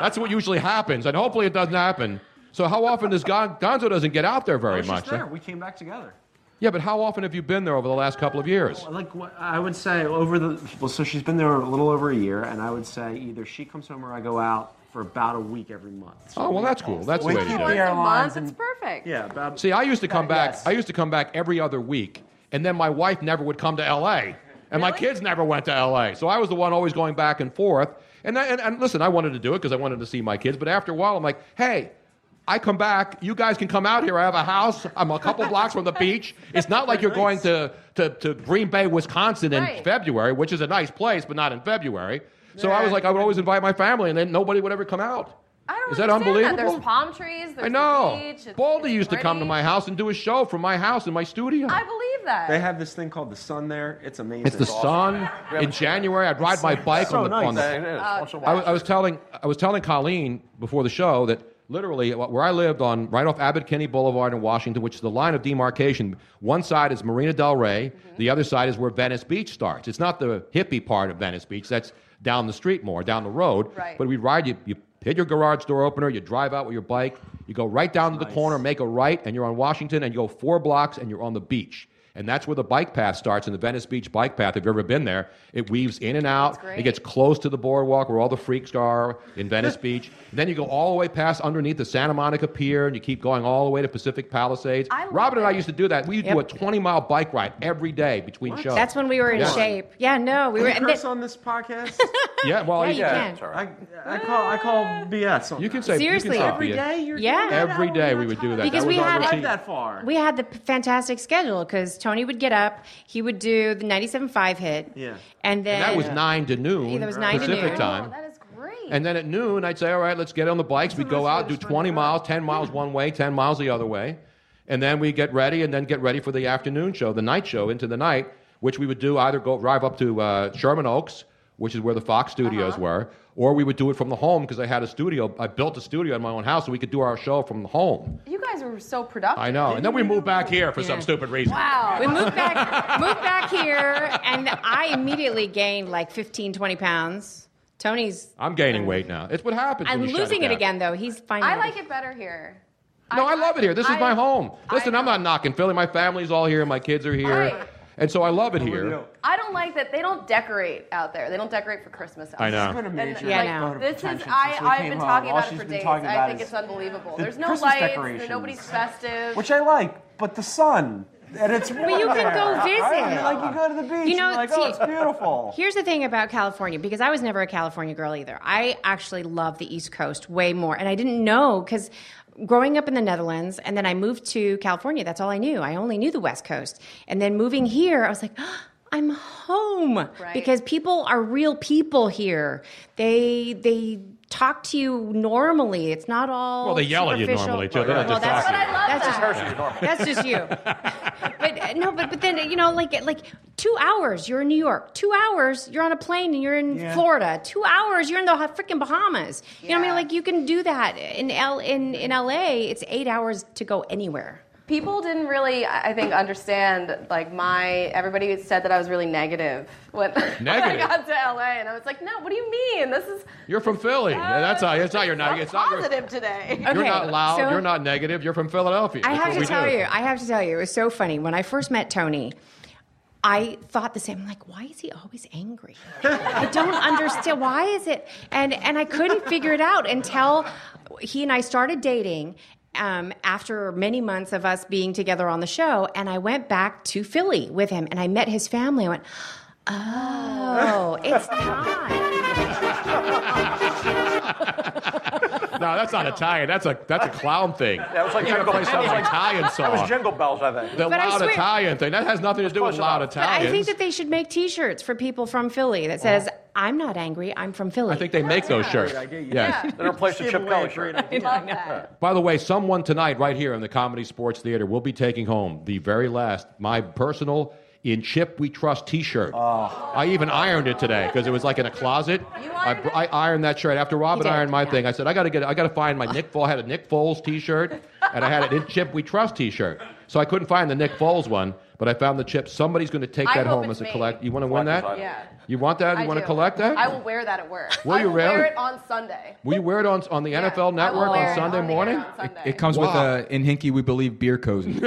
Speaker 9: That's what usually happens, and hopefully it doesn't happen. So how often does Gon- Gonzo doesn't get out there very
Speaker 14: Oh, She's
Speaker 9: much?
Speaker 14: there. We came back together.
Speaker 9: Yeah, but how often have you been there over the last couple of years?
Speaker 14: Like what I would say over the well, so she's been there a little over a year, and I would say either she comes home or I go out for about a week every month.
Speaker 9: Oh well, that's cool. That's the way to do it.
Speaker 14: the airlines and-
Speaker 16: perfect.
Speaker 14: Yeah, about
Speaker 9: See, I used to come back. I used to come back every other week, and then my wife never would come to L.A. and my kids never went to L.A. So I was the one always going back and forth. And I, and, and listen, I wanted to do it because I wanted to see my kids. But after a while, I'm like, hey. I come back. You guys can come out here. I have a house. I'm a couple blocks from the beach. It's not like you're going to, to, to Green Bay, Wisconsin in
Speaker 12: Right.
Speaker 9: February, which is a nice place, but not in February. So I was like, I would always invite my family, and then nobody would ever come out.
Speaker 16: I don't
Speaker 9: Is that
Speaker 16: understand
Speaker 9: unbelievable?
Speaker 16: There's palm trees. There's
Speaker 9: I know.
Speaker 16: The beach. It's-
Speaker 9: Baldy
Speaker 16: it's
Speaker 9: used to come to
Speaker 16: pretty.
Speaker 9: my house and do a show from my house in my studio.
Speaker 16: I believe that.
Speaker 14: They have this thing called the sun there. It's amazing.
Speaker 9: it's the sun in January. I'd ride my bike
Speaker 14: so
Speaker 9: on the.
Speaker 14: nice.
Speaker 9: On the
Speaker 14: It is.
Speaker 1: Oh.
Speaker 16: Once in a
Speaker 9: I, was, I was telling I was telling Colleen before the show that literally uh, where I lived on right off Abbott Kinney Boulevard in Washington, which is the line of demarcation. One side is Marina Del Rey.
Speaker 16: Mm-hmm.
Speaker 9: The other side is where Venice Beach starts. It's not the hippie part of Venice Beach. That's down the street more, down the road.
Speaker 12: Right.
Speaker 9: But we ride you. you Hit your garage door opener, you drive out with your bike, you go right down to the corner, make a right, and you're on Washington, and you go four blocks, and you're on the beach. And that's where the bike path starts in the Venice Beach bike path. If you've ever been there, it weaves in and out.
Speaker 12: great.
Speaker 9: It gets close to the boardwalk where all the freaks are in
Speaker 1: *laughs*
Speaker 9: Venice Beach. Then you go all the way past underneath the Santa Monica Pier and you keep going all the way to Pacific Palisades.
Speaker 1: I love
Speaker 9: Robin and I used to do that. We used to do a
Speaker 1: Yep.
Speaker 9: 20 mile bike ride every day between shows.
Speaker 1: That's when we were in
Speaker 9: Yeah.
Speaker 1: shape. Yeah, no, we
Speaker 9: Can
Speaker 1: were.
Speaker 9: you
Speaker 1: and
Speaker 9: curse
Speaker 1: then-
Speaker 14: on this podcast.
Speaker 9: Yeah, *laughs* well,
Speaker 1: Yeah, you can.
Speaker 9: It's all right.
Speaker 14: I, I call I call BS. On
Speaker 9: You can say- you can
Speaker 1: Seriously,
Speaker 9: say Every BS. day
Speaker 14: you're
Speaker 1: Oh, yeah.
Speaker 9: Every day we would do that.
Speaker 1: because
Speaker 9: that
Speaker 1: we
Speaker 9: was our
Speaker 1: had
Speaker 9: routine.
Speaker 1: We had the p- fantastic schedule because Tony would get up, he would do the 97.5 hit,
Speaker 9: Yeah.
Speaker 1: and then
Speaker 9: And that was 9 to noon
Speaker 1: Yeah, that was 9 to
Speaker 9: Pacific
Speaker 1: noon.
Speaker 9: time.
Speaker 1: Oh,
Speaker 9: that is great. And then at noon, I'd say, all right, let's get on the bikes. We'd go out, do 20 miles, 10 miles one way, 10 miles the other way. And then we get ready and then get ready for the afternoon show, the night show into the night, which we would do either go drive up to uh, Sherman Oaks, which is where the Fox studios
Speaker 1: Uh-huh.
Speaker 9: were, or we would do it from the home because I had a studio. I built a studio in my own house so we could do our show from the home.
Speaker 16: You guys were so productive.
Speaker 9: I know. And then we moved back here for some stupid reason.
Speaker 16: Wow.
Speaker 1: We moved back, moved back here, and I immediately gained like 15, 20 pounds. Tony's.
Speaker 9: I'm gaining weight now. It's what happens.
Speaker 1: I'm
Speaker 9: when you shut
Speaker 1: losing it
Speaker 9: down.
Speaker 1: again, though. He's fine.
Speaker 16: I like it better here.
Speaker 9: No, I, love it here. This
Speaker 16: I-
Speaker 9: is my home. Listen, I'm not knocking Philly. My family's all here. My kids are here.
Speaker 16: Right.
Speaker 9: And so I love it here.
Speaker 16: I don't like that they don't decorate out there. They don't decorate for Christmas. Out
Speaker 9: I know.
Speaker 16: there.
Speaker 9: It's been a
Speaker 16: And,
Speaker 9: major
Speaker 16: like,
Speaker 9: vote of
Speaker 16: this is
Speaker 9: attention
Speaker 16: I
Speaker 9: since we
Speaker 16: I've
Speaker 9: came
Speaker 16: been
Speaker 9: home.
Speaker 16: talking
Speaker 9: All
Speaker 16: about it
Speaker 9: she's
Speaker 16: for
Speaker 9: been
Speaker 16: days.
Speaker 9: talking
Speaker 16: I
Speaker 9: about
Speaker 16: think
Speaker 9: is
Speaker 16: it's unbelievable.
Speaker 9: the
Speaker 16: There's no
Speaker 9: Christmas
Speaker 16: lights.
Speaker 9: decorations.
Speaker 16: Nobody's festive.
Speaker 14: Which I like, but the sun and it's.
Speaker 1: Well, you can
Speaker 14: warm
Speaker 1: go
Speaker 14: there,
Speaker 1: visit.
Speaker 14: right? Like you go to the beach.
Speaker 1: You know,
Speaker 14: and you're like, oh,
Speaker 1: see-
Speaker 14: it's beautiful.
Speaker 1: Here's the thing about California, because I was never a California girl either. I actually love the East Coast way more. And I didn't know because growing up in the Netherlands and then I moved to California, that's all I knew. I only knew the West Coast. And then moving here, I was like, "Ah, I'm home because people are real people here. They they talk to you normally. It's not all
Speaker 9: Well, they yell at you
Speaker 1: superficial.
Speaker 9: normally, too. They don't
Speaker 1: Well,
Speaker 9: just
Speaker 1: that's
Speaker 9: talk to
Speaker 1: what
Speaker 9: you.
Speaker 1: I love. That's just That's just you. but uh, no, but but then you know, like like two hours, you're in New York. Two hours, you're on a plane and you're in
Speaker 16: Yeah.
Speaker 1: Florida. Two hours, you're in the freaking Bahamas. You know what I mean? Like you can do that in L in in L.A. It's eight hours to go anywhere.
Speaker 16: People didn't really, I I think, understand. Like my everybody said that I was really negative when, *laughs* when I
Speaker 9: Negative?
Speaker 16: got to LA, and I was like, "No, what do you mean? This is
Speaker 9: You're from Philly. Yeah, that's how. It's not your neg- It's not your.
Speaker 16: positive today."
Speaker 9: You're not loud.
Speaker 1: so-
Speaker 9: you're not negative. You're from Philadelphia.
Speaker 1: I
Speaker 9: That's
Speaker 1: have
Speaker 9: what
Speaker 1: to
Speaker 9: we
Speaker 1: tell
Speaker 9: do.
Speaker 1: you, I have to tell you, it was so funny when I first met Tony. I thought the same. I'm like, why is he always angry? I don't understand. Why is it? And and I couldn't figure it out until he and I started dating.
Speaker 11: um, after many months of us being together on the show, and I went back to Philly with him, and I met his family. I went,
Speaker 9: *laughs*
Speaker 11: oh, it's
Speaker 9: *laughs* No, that's not Italian. That's a that's a clown thing.
Speaker 10: That was like
Speaker 9: you gotta
Speaker 10: Jingle
Speaker 9: play
Speaker 10: Bells.
Speaker 9: some
Speaker 10: That was like-
Speaker 9: Italian song.
Speaker 10: that was Jingle Bells, I think.
Speaker 9: The
Speaker 11: But I
Speaker 9: loud
Speaker 11: swear-
Speaker 9: Italian thing. That has nothing to do with loud
Speaker 11: But I
Speaker 9: Italians. Uh-huh.
Speaker 11: think that they should make T-shirts for people from Philly that says, "I'm not angry. I'm from Philly."
Speaker 9: I think they make those shirts. Yes.
Speaker 10: They
Speaker 17: *laughs*
Speaker 10: replaced the Chip Kelly shirt.
Speaker 9: By the way, someone tonight, right here in the Comedy Sports Theater, will be taking home the very last, my personal In Chip We Trust t shirt.
Speaker 16: Oh.
Speaker 9: I even ironed it today because it was like in a closet. I, I ironed that shirt after Robin
Speaker 18: You did,
Speaker 9: ironed my thing. I said, I got to get, I got to find my Nick Foles. I had a Nick Foles t shirt and I had an In Chip We Trust t shirt. So I couldn't find the Nick Foles one, but I found the chip. Somebody's going to take
Speaker 16: I
Speaker 9: that
Speaker 16: hope
Speaker 9: home
Speaker 16: it's
Speaker 9: as a
Speaker 16: me.
Speaker 9: collect. You want to win that?
Speaker 16: Yeah.
Speaker 9: You want that? You
Speaker 16: I
Speaker 9: want to
Speaker 16: do.
Speaker 9: collect that?
Speaker 16: I will wear that at work.
Speaker 9: Will
Speaker 16: I
Speaker 9: you
Speaker 16: will
Speaker 9: really?
Speaker 16: wear it on Sunday.
Speaker 9: Will you wear it on, on the NFL Network
Speaker 16: wear
Speaker 9: on
Speaker 16: it
Speaker 9: Sunday
Speaker 16: on the air
Speaker 9: morning?
Speaker 16: on Sunday.
Speaker 12: It comes with
Speaker 9: Wow.
Speaker 12: a in Hinky we believe beer cozy.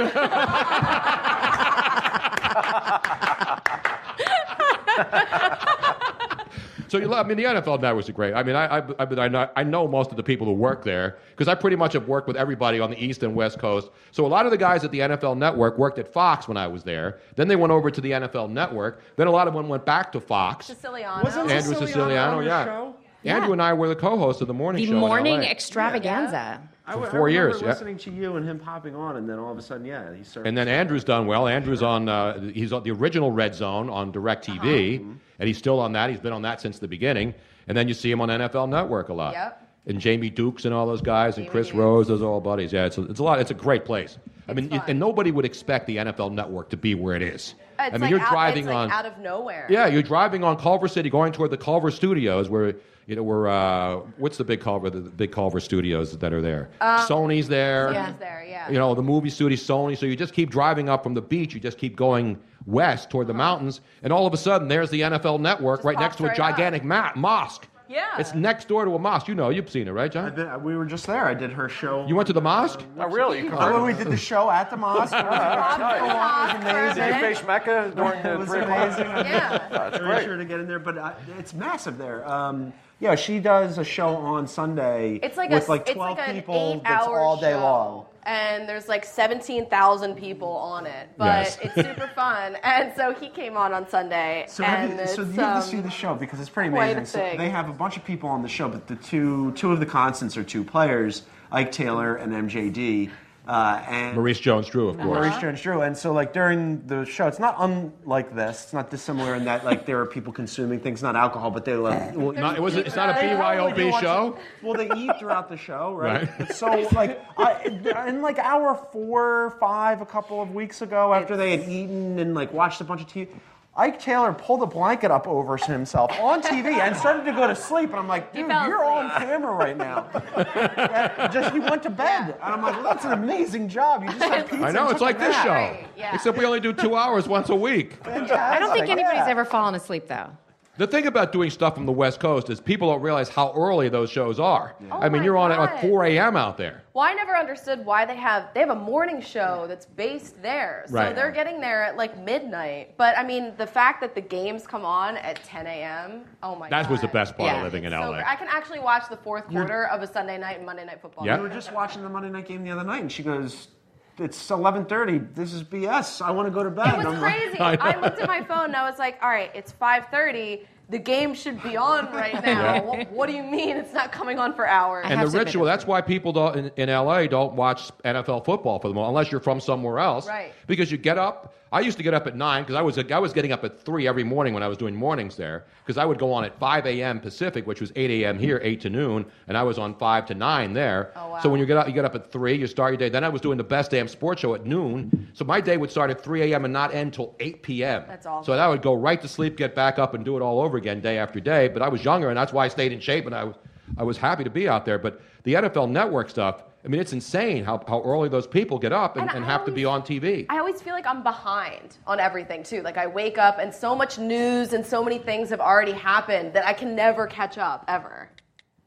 Speaker 9: So you, lo- I mean, the NFL Network's a great. I mean, I I, I, mean, I, know, I know most of the people who work there because I pretty much have worked with everybody on the East and West Coast. So a lot of the guys at the NFL Network worked at Fox when I was there. Then they went over to the NFL Network. Then a lot of them went back to Fox.
Speaker 16: Siciliano.
Speaker 9: Andrew Siciliano, yeah. Andrew
Speaker 11: Yeah.
Speaker 9: and I were the co-hosts of the morning
Speaker 11: the
Speaker 9: show. in
Speaker 11: morning
Speaker 9: LA.
Speaker 11: extravaganza.
Speaker 9: For
Speaker 14: I
Speaker 9: four
Speaker 14: remember
Speaker 9: years, yeah.
Speaker 14: listening to you and him popping on, and then all of a sudden, yeah, he started.
Speaker 9: And then Andrew's done well. Andrew's on uh, he's on the original Red Zone on DirecTV,
Speaker 11: Uh-huh.
Speaker 9: and he's still on that. He's been on that since the beginning. And then you see him on NFL Network a lot.
Speaker 16: Yep.
Speaker 9: And Jamie Dukes and all those guys, and Chris Rose, those are all buddies. Yeah, it's a, it's a lot. It's a great place. I mean, and nobody would expect the NFL Network to be where it
Speaker 16: It's
Speaker 9: is. I mean,
Speaker 16: like
Speaker 9: you're
Speaker 16: out,
Speaker 9: driving
Speaker 16: it's like
Speaker 9: on.
Speaker 16: out of nowhere.
Speaker 9: Yeah, you're driving on Culver City, going toward the Culver Studios, where you know where uh, what's the big Culver, the, the big Culver Studios that are there.
Speaker 16: Um,
Speaker 9: Sony's there.
Speaker 16: Sony's there, yeah.
Speaker 9: You know the movie studio, Sony. So you just keep driving up from the beach. You just keep going west toward the mountains, and all of a sudden there's the NFL Network right next
Speaker 14: pops
Speaker 9: to a
Speaker 14: right up.
Speaker 9: gigantic ma- mosque.
Speaker 16: Yeah.
Speaker 9: It's next door to a mosque. You know, you've seen it, right, John?
Speaker 14: uh, we were just there. I did her show.
Speaker 9: You went to the mosque?
Speaker 14: Oh, really?
Speaker 9: covered
Speaker 14: we did the show at
Speaker 16: *laughs*
Speaker 14: the mosque. It was amazing.
Speaker 10: Did you face Mecca during the
Speaker 14: It was
Speaker 10: three
Speaker 14: amazing.
Speaker 10: o'clock? Yeah.
Speaker 14: *laughs*
Speaker 10: That's
Speaker 14: Very
Speaker 10: great.
Speaker 14: sure to get in there, but I, it's massive there. Um, yeah, she does a show on Sunday
Speaker 16: It's like
Speaker 14: with
Speaker 16: a,
Speaker 14: like
Speaker 16: it's
Speaker 14: 12
Speaker 16: like an
Speaker 14: people
Speaker 16: eight
Speaker 14: that's
Speaker 16: hour
Speaker 14: all day
Speaker 16: show,
Speaker 14: long.
Speaker 16: And there's like 17,000 people on it, but
Speaker 14: Yes.
Speaker 16: it's
Speaker 14: *laughs*
Speaker 16: super fun. And so he came on on Sunday.
Speaker 14: So, have
Speaker 16: and
Speaker 14: you, so
Speaker 16: it's,
Speaker 14: you have to
Speaker 16: um,
Speaker 14: see the show because it's pretty
Speaker 16: quite a
Speaker 14: amazing. So
Speaker 16: thing.
Speaker 14: they have a bunch of people on the show, but the two two of the constants are two players, Ike Taylor and MJD, uh, and
Speaker 9: Maurice Jones-Drew, of course.
Speaker 14: Maurice Jones-Drew. And so, like during the show, it's not unlike this. It's not dissimilar in that like there are people consuming things, not alcohol, but they *laughs* like. Well,
Speaker 9: Not- it wasn't- it's not a
Speaker 14: they
Speaker 9: BYOB
Speaker 14: probably do watch
Speaker 9: show?
Speaker 14: it. Well, they eat throughout the show, right?
Speaker 9: Right.
Speaker 14: It's so like I, in like hour four, five, a couple of weeks ago, after they had eaten and like watched a bunch of TV, Ike Taylor pulled a blanket up over himself on TV and started to go to sleep. And I'm like, dude, you're on camera right now. And just he went to bed, and I'm like, well, that's an amazing job. You just *laughs* had pizza.
Speaker 9: I know,
Speaker 14: and took
Speaker 9: it's
Speaker 14: a
Speaker 9: like this
Speaker 14: nap.
Speaker 9: show. Except we only do two hours once a week.
Speaker 11: I don't think
Speaker 14: Yeah.
Speaker 11: anybody's ever fallen asleep though.
Speaker 9: The thing about doing stuff from the West Coast is people don't realize how early those shows are. I mean, you're on at like
Speaker 16: Oh God.
Speaker 9: 4 a.m. out there.
Speaker 16: Well, I never understood why they have they have a morning show that's based there. So
Speaker 9: Right.
Speaker 16: they're getting there at like midnight. But I mean, the fact that the games come on at 10 a.m. Oh my god.
Speaker 9: That was the best part of living in
Speaker 16: So
Speaker 9: LA.
Speaker 16: great. I can actually watch the fourth
Speaker 14: You're-
Speaker 16: quarter of a Sunday night and Monday night football.
Speaker 14: We were just watching the Monday night game the other night, and she goes, "It's 11:30. This is BS. I want to go to bed."
Speaker 16: It was crazy.
Speaker 9: *laughs*
Speaker 16: I, looked at my phone and I was like, all right, it's 5:30. The game should be on right now.
Speaker 9: *laughs* Yeah.
Speaker 16: what, what do you mean it's not coming on for hours?
Speaker 9: and the ritual, that's why people don't, in, in LA don't watch NFL football for the moment, unless you're from somewhere else.
Speaker 16: Right.
Speaker 9: Because you get up. I used to get up at 9 because I was, I was getting up at 3 every morning when I was doing mornings there because I would go on at 5 a.m. Pacific, which was 8 a.m. here, 8 to noon, and I was on 5 to 9 there. Oh, wow. So when you get up, you get up at 3, you start your day. Then I was doing the best damn sports show at noon. So my day would start at 3 a.m. and not end till 8 p.m.
Speaker 16: That's awesome.
Speaker 9: So that would go right to sleep, get back up, and do it all over again day after day. But I was younger, and that's why I stayed in shape, and I, was- I was happy to be out there. But the NFL Network stuff, I mean, it's insane how, how early those people get up and,
Speaker 16: And
Speaker 9: and,
Speaker 16: I
Speaker 9: have to be on TV.
Speaker 16: I always feel like I'm behind on everything too. Like I wake up and so much news and so many things have already happened that I can never catch up ever.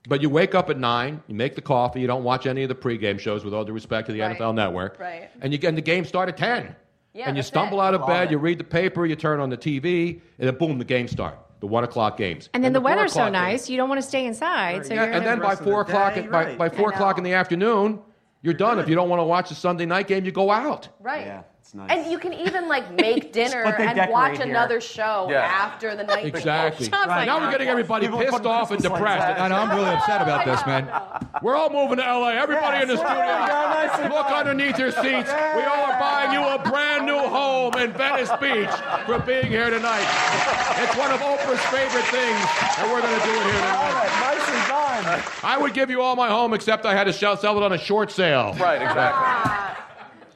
Speaker 9: But you wake up at nine, you make the coffee, you don't watch any of the pregame shows, with all due respect to the
Speaker 16: Right.
Speaker 9: NFL Network,
Speaker 16: Right.
Speaker 9: and you get and the game start at ten.
Speaker 16: Yeah,
Speaker 9: and you
Speaker 16: that's
Speaker 9: stumble
Speaker 16: it.
Speaker 9: out of
Speaker 16: Love
Speaker 9: bed,
Speaker 16: it.
Speaker 9: you read the paper, you turn on the TV, and then boom, the games start. The one o'clock games.
Speaker 11: And then the,
Speaker 9: four
Speaker 11: weather's so
Speaker 9: o'clock games.
Speaker 11: nice, you don't want to stay inside. So
Speaker 9: yeah,
Speaker 11: you're
Speaker 9: and then by four o'clock, by, by four o'clock in the afternoon, You're done. If you don't want to watch a Sunday night game, you go out.
Speaker 16: Right.
Speaker 9: It's
Speaker 16: And you can even like
Speaker 9: *laughs*
Speaker 16: make dinner
Speaker 9: what they
Speaker 16: and
Speaker 9: decorate
Speaker 16: watch
Speaker 9: here.
Speaker 16: another show
Speaker 9: Yeah.
Speaker 16: after the night. before.
Speaker 9: Exactly.
Speaker 16: John's like,
Speaker 9: Now we're
Speaker 16: "Oh,
Speaker 9: getting
Speaker 16: yeah."
Speaker 9: everybody
Speaker 12: People
Speaker 9: pissed
Speaker 12: put
Speaker 9: off and
Speaker 12: Christmas
Speaker 9: depressed.
Speaker 12: lights out. I know, I'm really upset about this, man.
Speaker 9: We're all moving to LA. Everybody in the
Speaker 12: Yes.
Speaker 9: studio,
Speaker 12: Yeah, nice and
Speaker 9: look
Speaker 12: done.
Speaker 9: underneath your seats. We all are buying you a brand new home in Venice Beach for being here tonight. It's one of Oprah's favorite things, and we're going to do it here tonight.
Speaker 14: Nice and done.
Speaker 9: I would give you all my home, except I had to shell- sell it on a short sale.
Speaker 10: Right, exactly.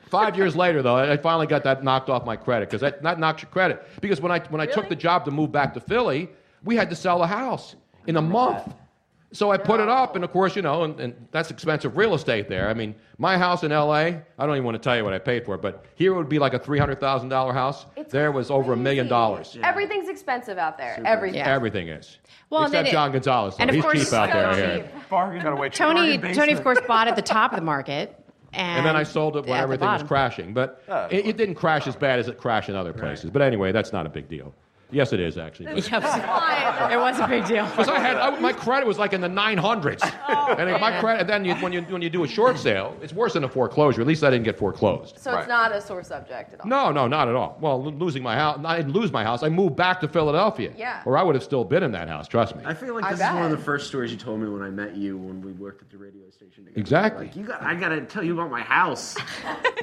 Speaker 9: Five years later, though, I I finally got that knocked off my credit because that not knocked your credit because when I when I took the job to move back to Philly, we had to sell a house in a month. So I put it up, and of course, you know, and, and that's expensive real estate there. I mean, my house in L.A. I don't even want to tell you what I paid for, it, but here it would be like a three hundred thousand dollar house.
Speaker 16: It's
Speaker 9: there was over a million dollars.
Speaker 16: Everything's expensive out there. Everything.
Speaker 9: Everything is.
Speaker 11: Well, and
Speaker 9: except
Speaker 11: then it-
Speaker 9: John Gonzalez. though.
Speaker 11: and of
Speaker 9: He's
Speaker 11: course-
Speaker 9: cheap out there. I
Speaker 11: so
Speaker 9: hear.
Speaker 11: cheap.
Speaker 10: Bargain. Gotta wait.
Speaker 11: Tony,
Speaker 10: Bargain
Speaker 11: Tony, of
Speaker 10: basement.
Speaker 11: course, bought at the top of the market, and,
Speaker 9: And then I sold it when
Speaker 11: at the
Speaker 9: everything was
Speaker 11: bottom. *laughs*
Speaker 9: crashing. But it, it didn't crash as bad as it crashed in other places. But anyway, that's not a big deal. Yes, it
Speaker 11: *laughs*
Speaker 9: is actually. *laughs*
Speaker 11: Yes. it was a big deal.
Speaker 9: Because I had I, my credit was like in the 900s, and if my
Speaker 16: Oh, man.
Speaker 9: credit. Then you, when you when you do a short sale, it's worse than a foreclosure. At least I didn't get foreclosed.
Speaker 16: So it's not a sore subject at all.
Speaker 9: No, no, not at all. Well, lo- losing my house, I didn't lose my house. I moved back to Philadelphia.
Speaker 16: Yeah.
Speaker 9: Or I would have still been in that house. Trust me.
Speaker 18: I feel
Speaker 16: I
Speaker 18: like this is
Speaker 16: bet.
Speaker 18: one of the first stories you told me when I met you when we worked at the radio station together.
Speaker 9: Exactly.
Speaker 18: Like, you got, I got to tell you about my
Speaker 16: *laughs*
Speaker 18: house.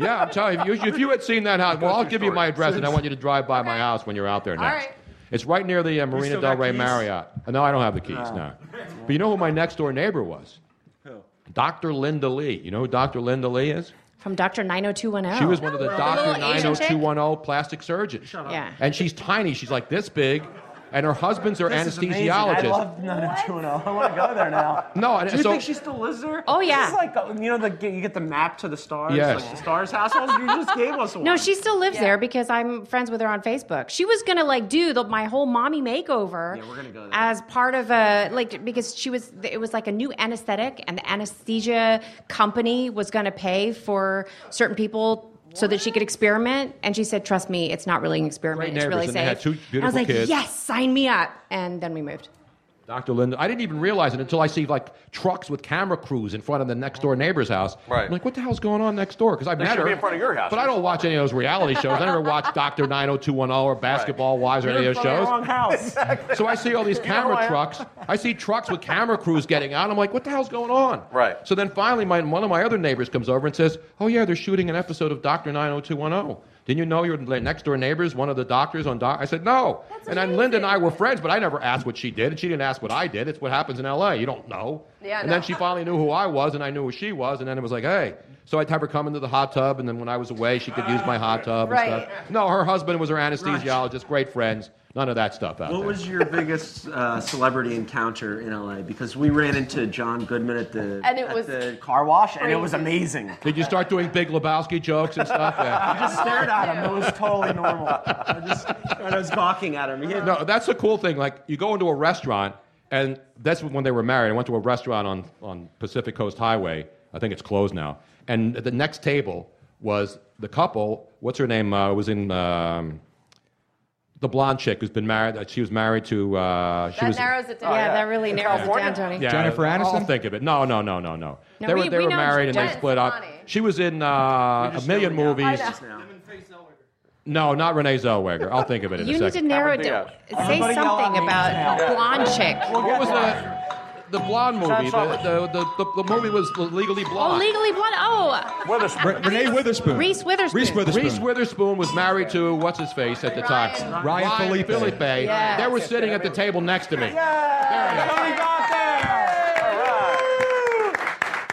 Speaker 9: yeah, I'm telling you, if you, if you had seen that house, well, I'll give you my address, and I want you to drive by my house when you're out there
Speaker 18: All
Speaker 9: next.
Speaker 18: right.
Speaker 9: It's right near the uh, Marina
Speaker 18: still
Speaker 9: Del
Speaker 18: got
Speaker 9: Rey
Speaker 18: keys?
Speaker 9: Marriott. Uh, No, I don't have the keys, no. But you know who my next door neighbor was?
Speaker 18: Who?
Speaker 9: Dr. Linda Lee. You know who Dr. Linda Lee is?
Speaker 11: From Doctor 90210.
Speaker 9: She
Speaker 1: Oh.
Speaker 9: was one of the oh Dr.
Speaker 11: little Asian chick?
Speaker 9: 90210 plastic surgeons.
Speaker 11: up. Yeah.
Speaker 9: And she's tiny. She's like this big, and her husband's her
Speaker 14: This is amazing.
Speaker 9: anesthesiologist.
Speaker 14: I love 90210. I want to go there now.
Speaker 9: *laughs* No, and
Speaker 14: do you
Speaker 9: so-
Speaker 14: think she still lives there?
Speaker 11: Oh, yeah.
Speaker 14: This is like uh, you know the you get the map to the stars.
Speaker 9: Yes.
Speaker 14: Like the stars household. You just gave us one.
Speaker 11: No, she still lives there because I'm friends with her on Facebook. She was gonna like do the, my whole mommy makeover as part of a like because she was it was like a new anesthetic and the anesthesia company was gonna pay for certain people. So that she could experiment, and she said, "Trust me, it's not really an experiment.
Speaker 9: Great
Speaker 11: it's really
Speaker 9: neighbors,
Speaker 11: safe."
Speaker 9: and they had two
Speaker 11: And I was
Speaker 9: beautiful
Speaker 11: like,
Speaker 9: kids.
Speaker 11: "Yes, sign me up!" And then we moved.
Speaker 9: Dr. Linda, I didn't even realize it until I see like trucks with camera crews in front of the next door neighbor's house. Right. I'm like, what the hell's going on next door? Because I've
Speaker 10: They
Speaker 9: met
Speaker 10: should
Speaker 9: her.
Speaker 10: be in front of your house.
Speaker 9: But I don't watch any of those reality shows. I never watch Dr. 90210 or Basketball Wise or any
Speaker 14: You're
Speaker 9: of those
Speaker 14: in the
Speaker 9: shows.
Speaker 14: Wrong house.
Speaker 9: So I see all
Speaker 12: *laughs*
Speaker 10: *laughs*
Speaker 9: these
Speaker 14: You know why
Speaker 9: camera
Speaker 14: I-
Speaker 9: trucks. I see trucks with camera crews getting out. I'm like, what the hell's going on? Right. So then finally, my, one of my other neighbors comes over and says, oh, yeah, they're shooting an episode of oh Dr. 90210. Didn't you know your next door neighbor's one of the doctors on Doc? I said, no. and then Linda and I were friends, but I never asked what she did, and she didn't ask what I did. It's what happens in LA. You don't know.
Speaker 16: Yeah,
Speaker 9: and
Speaker 16: no.
Speaker 9: then she finally knew who I was, and I knew who she was, and then it was like, hey. So I'd have her come into the hot tub, and then when I was away, she could use my hot tub and
Speaker 18: Right.
Speaker 9: stuff. No, her husband was her anesthesiologist, great friends. None of that stuff out there.
Speaker 18: What was your biggest uh, celebrity encounter in LA? Because we ran into John Goodman at the
Speaker 16: And it
Speaker 18: at
Speaker 16: was *laughs*
Speaker 18: the
Speaker 14: car wash,
Speaker 9: and it was
Speaker 18: amazing.
Speaker 9: Did you start doing Big Lebowski jokes
Speaker 14: *laughs*
Speaker 9: and stuff?
Speaker 14: I just stared at him. It was totally normal. I just I was gawking at him. He had-
Speaker 9: No, that's the cool thing. Like you go into a restaurant, and that's when they were married. I went to a restaurant on on Pacific Coast Highway. I think it's closed now. And at the next table was the couple. What's her name? Uh, was in. Um, the blonde chick who's been married, uh, she was married to. Uh, she
Speaker 16: That
Speaker 9: was,
Speaker 16: narrows it
Speaker 11: Yeah,
Speaker 16: down.
Speaker 11: that really narrows it down, Tony.
Speaker 9: Yeah, I'll think of it. No, no, no, no, no.
Speaker 11: No,
Speaker 9: they
Speaker 11: we-
Speaker 9: were, they
Speaker 11: we
Speaker 9: were
Speaker 11: know
Speaker 9: married and they
Speaker 11: Jen
Speaker 9: split up. She was in uh, a million *laughs* movies. No, not Renee Zellweger. I'll think of it in a
Speaker 11: You need to
Speaker 9: second.
Speaker 11: narrow it down. Say
Speaker 14: Everybody yell
Speaker 11: something about
Speaker 14: now.
Speaker 11: blonde chick.
Speaker 9: What was the the blonde
Speaker 11: John
Speaker 9: movie? The, the, the, the, the movie was Legally
Speaker 11: Oh,
Speaker 9: Blonde.
Speaker 11: legally blonde. Oh,
Speaker 9: Witherspoon. Renee Witherspoon.
Speaker 11: Reese Witherspoon. Reese Witherspoon.
Speaker 9: Reese Witherspoon was married to what's his face at the time?
Speaker 11: Ryan-
Speaker 12: Ryan Felipe.
Speaker 9: Felipe.
Speaker 12: Yes.
Speaker 9: They were sitting at the table next to me.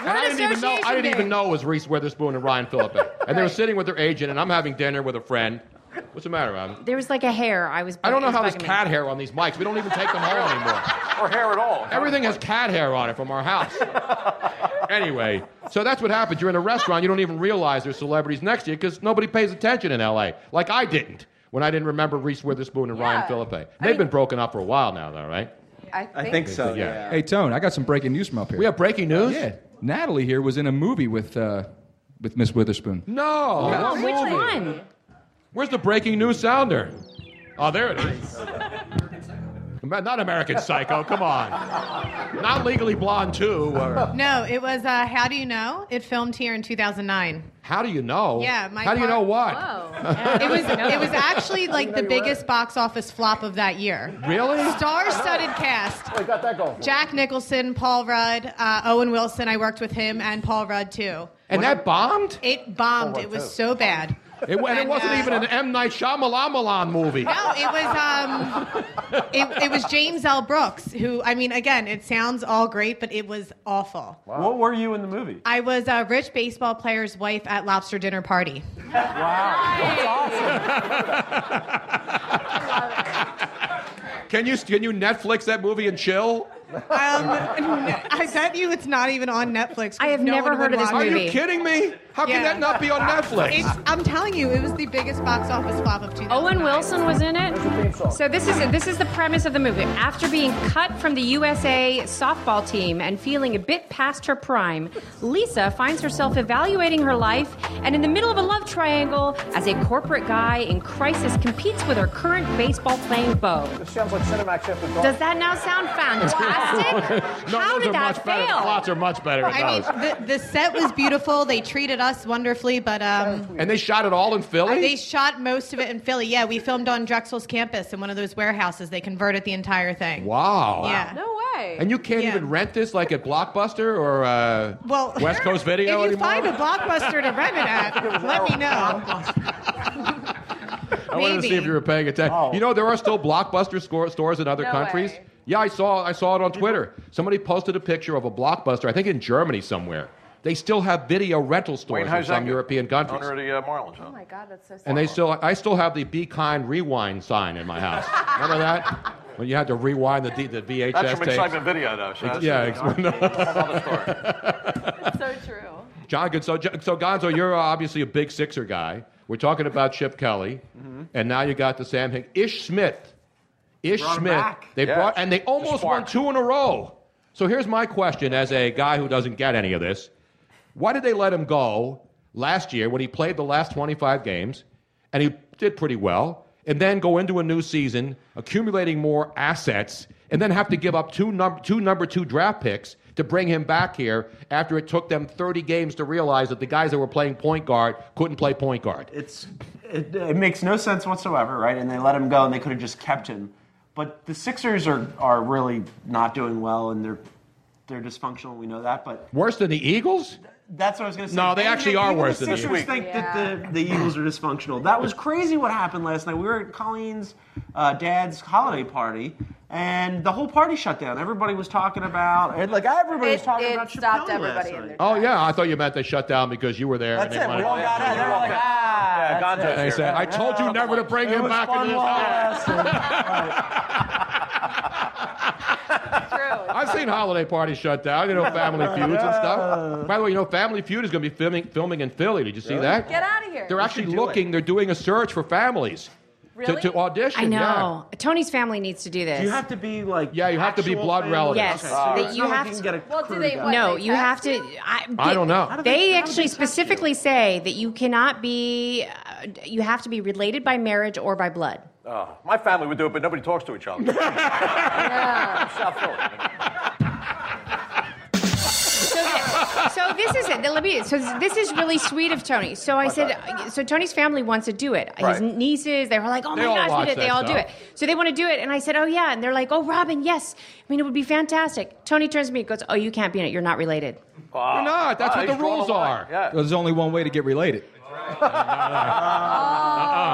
Speaker 9: And I didn't even know *laughs* I didn't even know it was Reese Witherspoon and Ryan Philippe. And they were sitting with their agent, and I'm having dinner with a friend. What's the matter, Adam?
Speaker 11: There was like a hair. I was.
Speaker 9: I don't know
Speaker 11: it was
Speaker 9: how there's
Speaker 11: bugging me.
Speaker 9: cat hair on these mics. We don't even take them
Speaker 10: *laughs*
Speaker 9: home anymore.
Speaker 10: Or hair at all.
Speaker 9: Everything has cat hair on it from our
Speaker 10: *laughs*
Speaker 9: house. anyway, so that's what happens. You're in a restaurant, you don't even realize there's celebrities next to you because nobody pays attention in LA. Like I didn't when I didn't remember Reese Witherspoon and Ryan Philippe. They've been broken up for a while now, though, right?
Speaker 16: I think,
Speaker 12: Hey, Tone, I got some breaking news from up here.
Speaker 9: We have breaking news?
Speaker 12: Yeah. Natalie here was in a movie with uh, with Miss Witherspoon.
Speaker 9: No.
Speaker 12: Yeah.
Speaker 9: what
Speaker 12: Which
Speaker 9: movie? Where's the breaking news sounder? Oh, there it is. Not American Psycho. Come on. Not Legally Blonde too. Or
Speaker 15: No, it was uh, How Do You Know? It filmed here in 2009.
Speaker 9: how do you know?
Speaker 15: Yeah, my
Speaker 9: How do you
Speaker 15: car-
Speaker 9: know what?
Speaker 15: It was it was actually like the biggest box office flop of that year.
Speaker 9: Really?
Speaker 15: Star-studded cast.
Speaker 14: I got that going.
Speaker 15: Jack Nicholson, Paul Rudd, uh, Owen Wilson. I worked with him and Paul Rudd too.
Speaker 9: And that bombed?
Speaker 15: It bombed.
Speaker 9: Paul
Speaker 15: It
Speaker 9: Rudd,
Speaker 15: was
Speaker 9: too.
Speaker 15: so bad.
Speaker 9: It, and it wasn't even an M Night Shyamalan movie.
Speaker 15: uh, No, it was um, it, it was James L. Brooks who I mean, again, it sounds all great, but it was awful.
Speaker 14: What were you in the movie?
Speaker 15: I was a rich baseball player's wife at lobster dinner party.
Speaker 9: Can you can you Netflix that movie and chill?
Speaker 15: Um,
Speaker 9: *laughs*
Speaker 15: *laughs* I bet you it's not even on Netflix. I have
Speaker 11: never heard of this
Speaker 9: Are you kidding me? How can that not be on Netflix?
Speaker 15: I'm telling you, it was the biggest box office flop of 2009.
Speaker 1: Owen Wilson was in it. So this is this is the premise of the movie. After being cut from the USA softball team and feeling a bit past her prime, Lisa finds herself evaluating her life and in the middle of a love triangle as a corporate guy in crisis competes with her current baseball playing beau.
Speaker 19: This sounds like Cinemax after dark.
Speaker 1: Does that now sound
Speaker 9: *laughs*
Speaker 1: fantastic?
Speaker 9: no,
Speaker 1: How
Speaker 9: those
Speaker 1: did
Speaker 9: are
Speaker 1: that
Speaker 9: much better.
Speaker 1: fail?
Speaker 9: Plots are much better. than
Speaker 15: I
Speaker 9: those.
Speaker 15: mean, the, the set was beautiful. They treated us wonderfully, but um,
Speaker 9: and they shot it all in Philly.
Speaker 15: Uh, they shot most of it in Philly. Yeah, we filmed on Drexel's campus in one of those warehouses. They converted the entire thing.
Speaker 9: wow.
Speaker 15: Yeah. No
Speaker 1: way.
Speaker 9: And you can't even rent this like at Blockbuster or uh,
Speaker 15: Well,
Speaker 9: West Coast
Speaker 15: if
Speaker 9: Video
Speaker 15: you
Speaker 9: anymore.
Speaker 15: find a blockbuster to rent it at, let me
Speaker 9: *laughs*
Speaker 15: know.
Speaker 9: I wanted to see if
Speaker 15: maybe.
Speaker 9: you were paying attention.
Speaker 10: Oh.
Speaker 9: You know, there are still Blockbuster score, stores in other
Speaker 15: No
Speaker 9: countries. Yeah, I saw I saw it on Twitter. Somebody posted a picture of a Blockbuster. I think in Germany somewhere. They still have video rental stores in some European countries.
Speaker 10: Owner of the uh, Marlins, huh?
Speaker 16: Oh my God, that's so sad.
Speaker 9: And they still, I still have the "Be Kind" rewind sign in my house. Remember
Speaker 10: *laughs*
Speaker 9: that? When you had to rewind the, D- the VHS
Speaker 10: That's from
Speaker 9: tapes.
Speaker 10: Excitement Video, though. So
Speaker 9: Ex-
Speaker 10: that's-
Speaker 9: yeah, ex- *laughs*
Speaker 16: so true.
Speaker 9: John. Good. So, so Gonzo, you're uh, obviously a big Sixer guy. We're talking about Chip Kelly,
Speaker 10: Mhm.
Speaker 9: and now you got the Sam Hick, Ish Smith, Ish
Speaker 10: Brought him
Speaker 9: Smith.
Speaker 10: back.
Speaker 9: They
Speaker 10: Yeah.
Speaker 9: brought, and they almost won
Speaker 10: spark.
Speaker 9: two in a row. So here's my question, as a guy who doesn't get any of this, why did they let him go last year when he played the last 25 games, and he did pretty well, and then go into a new season accumulating more assets, and then have to give up two number two number two draft picks to bring him back here after it took them 30 games to realize that the guys that were playing point guard couldn't play point guard.
Speaker 10: It's
Speaker 14: It, it makes no sense whatsoever, right? And they let him go, and they could have just kept him. But the Sixers are, are really not doing well, and they're they're dysfunctional. We know that, but
Speaker 9: worse than the Eagles.
Speaker 14: That's what I was going to say.
Speaker 9: No, they
Speaker 14: Even-
Speaker 9: actually are
Speaker 14: even
Speaker 9: worse than
Speaker 14: the
Speaker 9: the
Speaker 14: Sixers.
Speaker 9: Eagles.
Speaker 14: think that the, the Eagles are dysfunctional. That was crazy what happened last night. We were at Colleen's uh, dad's holiday party, and the whole party shut down. Everybody was talking about, and like everybody was
Speaker 16: It-
Speaker 14: talking
Speaker 16: it
Speaker 14: about
Speaker 16: stopped
Speaker 14: Chappelle
Speaker 16: everybody
Speaker 14: last
Speaker 16: in
Speaker 14: night.
Speaker 9: Oh yeah, I thought you meant they shut down because you were there.
Speaker 14: That's
Speaker 9: and they
Speaker 14: it. We
Speaker 9: wanted-
Speaker 14: all got out. They were like, ah.
Speaker 9: Yeah,
Speaker 14: that's
Speaker 9: Gonzo's
Speaker 14: it.
Speaker 9: here. They said, "I told you never to bring
Speaker 14: It
Speaker 9: him
Speaker 14: was
Speaker 9: back
Speaker 14: fun
Speaker 9: into this
Speaker 14: while it
Speaker 9: house." *laughs* I've seen holiday parties shut down, you know, Family Feuds and stuff. By the way, you know, Family Feud is going to be filming filming in Philly. Did you see that?
Speaker 16: Get out of here.
Speaker 9: They're actually looking. They're doing a search for families
Speaker 1: Really?
Speaker 9: to, to audition.
Speaker 1: I
Speaker 9: Yeah.
Speaker 1: know. Tony's family needs to do this.
Speaker 9: Do you
Speaker 14: have to be like
Speaker 9: Yeah, you have to be blood relatives.
Speaker 1: Yes,
Speaker 9: All
Speaker 1: But
Speaker 9: right.
Speaker 1: you have to.
Speaker 16: Well, do they? What,
Speaker 1: no,
Speaker 16: they
Speaker 1: you have to. I,
Speaker 9: I don't know. How do
Speaker 1: They,
Speaker 9: they-
Speaker 1: actually specifically say that you cannot be. Uh, you have to be related by marriage or by blood.
Speaker 10: Oh, my family would do it, but nobody talks to each other.
Speaker 9: *laughs*
Speaker 10: South Philly.
Speaker 1: So, th- so this is it. Let me. So this is really sweet of Tony. So I said. So Tony's family wants to do it. His
Speaker 16: Right.
Speaker 1: nieces, they were like, "Oh
Speaker 16: They all
Speaker 1: my gosh,
Speaker 16: watch
Speaker 1: we did it." They
Speaker 16: that
Speaker 1: all do
Speaker 16: stuff.
Speaker 1: it. So they want to do it, and I said, "Oh yeah," and they're like, "Oh Robin, yes. I mean, it would be fantastic." Tony turns to me, and goes, "Oh, you can't be in it. You're not related."
Speaker 9: You're not. That's
Speaker 1: Ah,
Speaker 9: what the
Speaker 1: he's drawn
Speaker 9: rules
Speaker 1: a line.
Speaker 9: are.
Speaker 12: There's only one way to get related.
Speaker 16: Oh.
Speaker 1: Ah,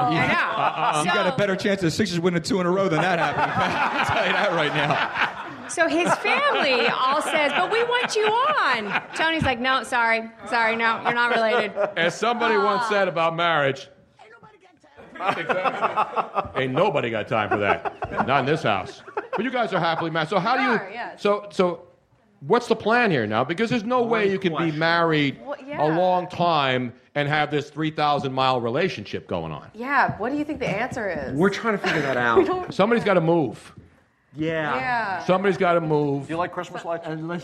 Speaker 9: Uh-uh.
Speaker 12: You, uh-uh. You got a better chance the Sixers winning two in a row than that happening. *laughs* I'll tell you that right now.
Speaker 1: So his family all says, "But we want you on." Tony's like, "No, sorry, sorry, no, you're not related."
Speaker 9: *laughs*
Speaker 1: Ah.
Speaker 9: As somebody once said about marriage, ain't nobody got time for that. Not in this house. But you guys are happily married. So how do you? So so, what's the plan here now? Because there's no way you can be married a long time and have this three thousand mile relationship going on.
Speaker 16: Yeah. What do you think the answer is?
Speaker 9: We're trying
Speaker 16: *laughs*
Speaker 9: to figure that
Speaker 16: We don't-
Speaker 9: Somebody's got to move.
Speaker 14: Yeah.
Speaker 16: Yeah.
Speaker 9: Somebody's got to move.
Speaker 10: You like Christmas
Speaker 16: *laughs*
Speaker 10: lights?
Speaker 14: Come
Speaker 10: back.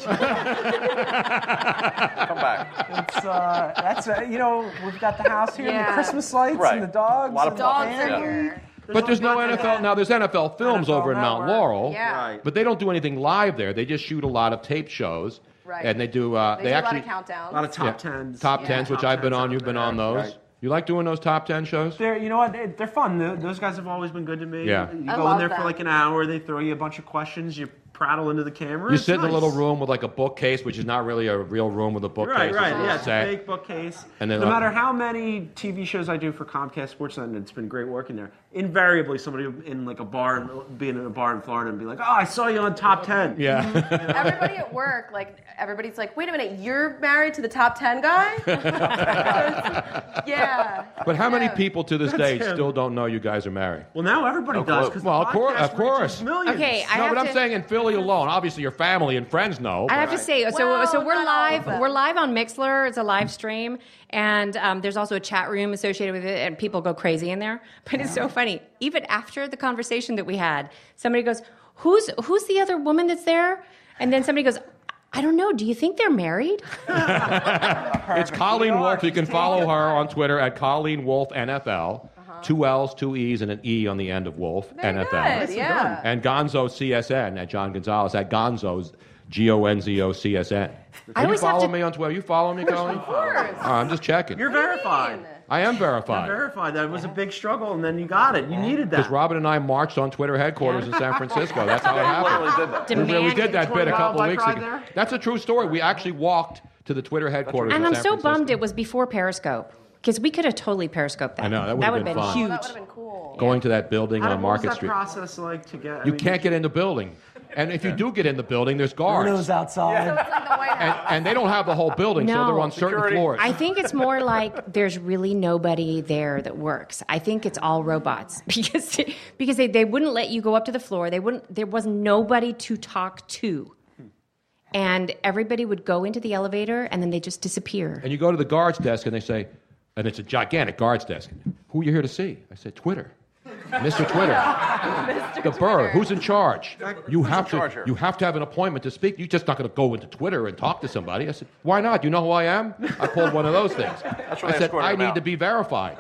Speaker 14: It's, uh, that's uh, you know we've got the house here, and
Speaker 16: Yeah.
Speaker 14: the Christmas lights,
Speaker 16: Right.
Speaker 14: and the dogs,
Speaker 16: A lot of
Speaker 14: and the
Speaker 16: dogs are
Speaker 14: family.
Speaker 16: here.
Speaker 9: but there's no NFL now. There's NFL films
Speaker 10: NFL
Speaker 9: over in Mount
Speaker 10: Network.
Speaker 9: Laurel,
Speaker 16: Yeah. Right.
Speaker 9: but they don't do anything live there. They just shoot a lot of tape shows,
Speaker 16: Right.
Speaker 9: and they do. Uh,
Speaker 16: They
Speaker 9: they
Speaker 16: do a lot
Speaker 9: actually
Speaker 16: of countdowns. A lot of top tens.
Speaker 9: top
Speaker 16: Yeah.
Speaker 9: tens, which
Speaker 16: Top
Speaker 9: I've been
Speaker 16: tens
Speaker 9: on. You've been on those.
Speaker 10: Right.
Speaker 9: You like doing those top ten shows?
Speaker 10: They're, you know what? They, they're fun. Th- Those guys have always been good to me.
Speaker 9: Yeah.
Speaker 10: You
Speaker 9: I
Speaker 10: go in
Speaker 9: love
Speaker 10: there
Speaker 9: that.
Speaker 10: for like an hour. They throw you a bunch of questions. You prattle into the camera.
Speaker 9: You
Speaker 10: it's
Speaker 9: sit in a
Speaker 10: nice.
Speaker 9: little room with like a bookcase, which is not really a real room with a bookcase.
Speaker 10: Right, right.
Speaker 9: a
Speaker 10: Yeah, it's a
Speaker 9: set.
Speaker 10: fake bookcase.
Speaker 9: And
Speaker 10: no
Speaker 9: then,
Speaker 10: matter how many TV shows I do for Comcast SportsNet, it's been great working there. Invariably, somebody in like a bar, in- being in a bar in Florida, and be like, "Oh, I saw you on Top 10.
Speaker 9: Yeah.
Speaker 16: Everybody at work, like everybody's like, wait a minute, you're married to the top ten
Speaker 9: *laughs*
Speaker 16: guy? yeah.
Speaker 9: But how many people to this
Speaker 16: That's
Speaker 9: day
Speaker 16: him.
Speaker 9: still don't know you guys are married?
Speaker 10: Well, now everybody does, 'cause the
Speaker 9: well, of course,
Speaker 10: podcast
Speaker 9: of course.
Speaker 10: reaches millions. Uh-huh.
Speaker 1: Okay, I
Speaker 9: no,
Speaker 1: have
Speaker 9: but I'm
Speaker 1: to-
Speaker 9: saying in Philly alone, obviously your family and friends know.
Speaker 1: I have
Speaker 9: but-
Speaker 1: to say, so so we're live. We're live on Mixler. It's a live stream, and um, there's also a chat room associated with it, and people go crazy in there. *laughs* But it's so funny. Even after the conversation that we had, somebody goes, "Who's who's the other woman that's there?" And then somebody goes, "I don't know. Do you think they're married?"
Speaker 9: It's Colleen Wolf. You can follow her on Twitter at Colleen Wolf NFL.
Speaker 1: Uh-huh.
Speaker 9: Two L's, two E's, and an E on the end of Wolf NFL.
Speaker 16: Nicely yeah. done.
Speaker 9: And Gonzo CSN at John Gonzalez at Gonzo's G O N Z O C S N. *laughs*
Speaker 1: I
Speaker 9: You
Speaker 1: always have
Speaker 9: follow
Speaker 1: to-
Speaker 9: me on Twitter. You follow me, Colleen?
Speaker 16: course.
Speaker 9: Uh, I'm just checking.
Speaker 10: You're verified.
Speaker 9: I am
Speaker 10: You're
Speaker 9: verified.
Speaker 10: verified. That was a big struggle, and then you got it. You needed
Speaker 9: Because
Speaker 10: that.
Speaker 9: Robin and I marched on Twitter headquarters in San Francisco.
Speaker 1: *laughs*
Speaker 9: That's how it
Speaker 10: We literally
Speaker 9: happened.
Speaker 10: did that.
Speaker 9: We really
Speaker 10: Demanding
Speaker 9: did that bit a
Speaker 10: $20
Speaker 9: couple
Speaker 10: bike
Speaker 9: weeks
Speaker 10: ride
Speaker 9: ago.
Speaker 10: there?
Speaker 9: That's a true story. We actually walked to the Twitter headquarters.
Speaker 1: and
Speaker 9: in
Speaker 1: I'm
Speaker 9: San
Speaker 1: so
Speaker 9: Francisco.
Speaker 1: bummed it was before Periscope because we could have totally Periscoped that.
Speaker 9: I know, that would've
Speaker 1: would've
Speaker 9: been
Speaker 1: been,
Speaker 9: fun.
Speaker 1: huge.
Speaker 9: That
Speaker 16: would've been cool.
Speaker 9: Going to that building
Speaker 10: How
Speaker 9: on
Speaker 10: did- what was
Speaker 9: Market
Speaker 10: that
Speaker 9: Street.
Speaker 10: process like to get? I
Speaker 9: You
Speaker 10: mean,
Speaker 9: can't get in the building. And if you do get in the building, there's guards.
Speaker 10: Windows outside.
Speaker 16: So it's like the White
Speaker 9: And,
Speaker 16: House.
Speaker 9: and they don't have the whole building, so they're on certain floors.
Speaker 1: I think it's more like there's really nobody there that works. I think it's all robots *laughs* because because they, they wouldn't let you go up to the floor. They wouldn't. There was nobody to talk to, and everybody would go into the elevator and then they just disappear.
Speaker 9: and you go to the guards desk and they say, and it's a gigantic guards desk. Who are you here to see? I said, Twitter. Mr. Twitter. *laughs* the bird. Who's in charge? You
Speaker 10: Who's in
Speaker 9: have to.
Speaker 10: charge here?
Speaker 9: You have to have an appointment to speak. You're just not going to go into Twitter and talk to somebody. I said, why not? You know who I am? I pulled one of those
Speaker 10: *laughs*
Speaker 9: things.
Speaker 10: when
Speaker 9: I
Speaker 10: they
Speaker 9: said,
Speaker 10: escorted
Speaker 9: I
Speaker 10: him
Speaker 9: need
Speaker 10: out.
Speaker 9: to be
Speaker 10: *laughs*
Speaker 9: verified.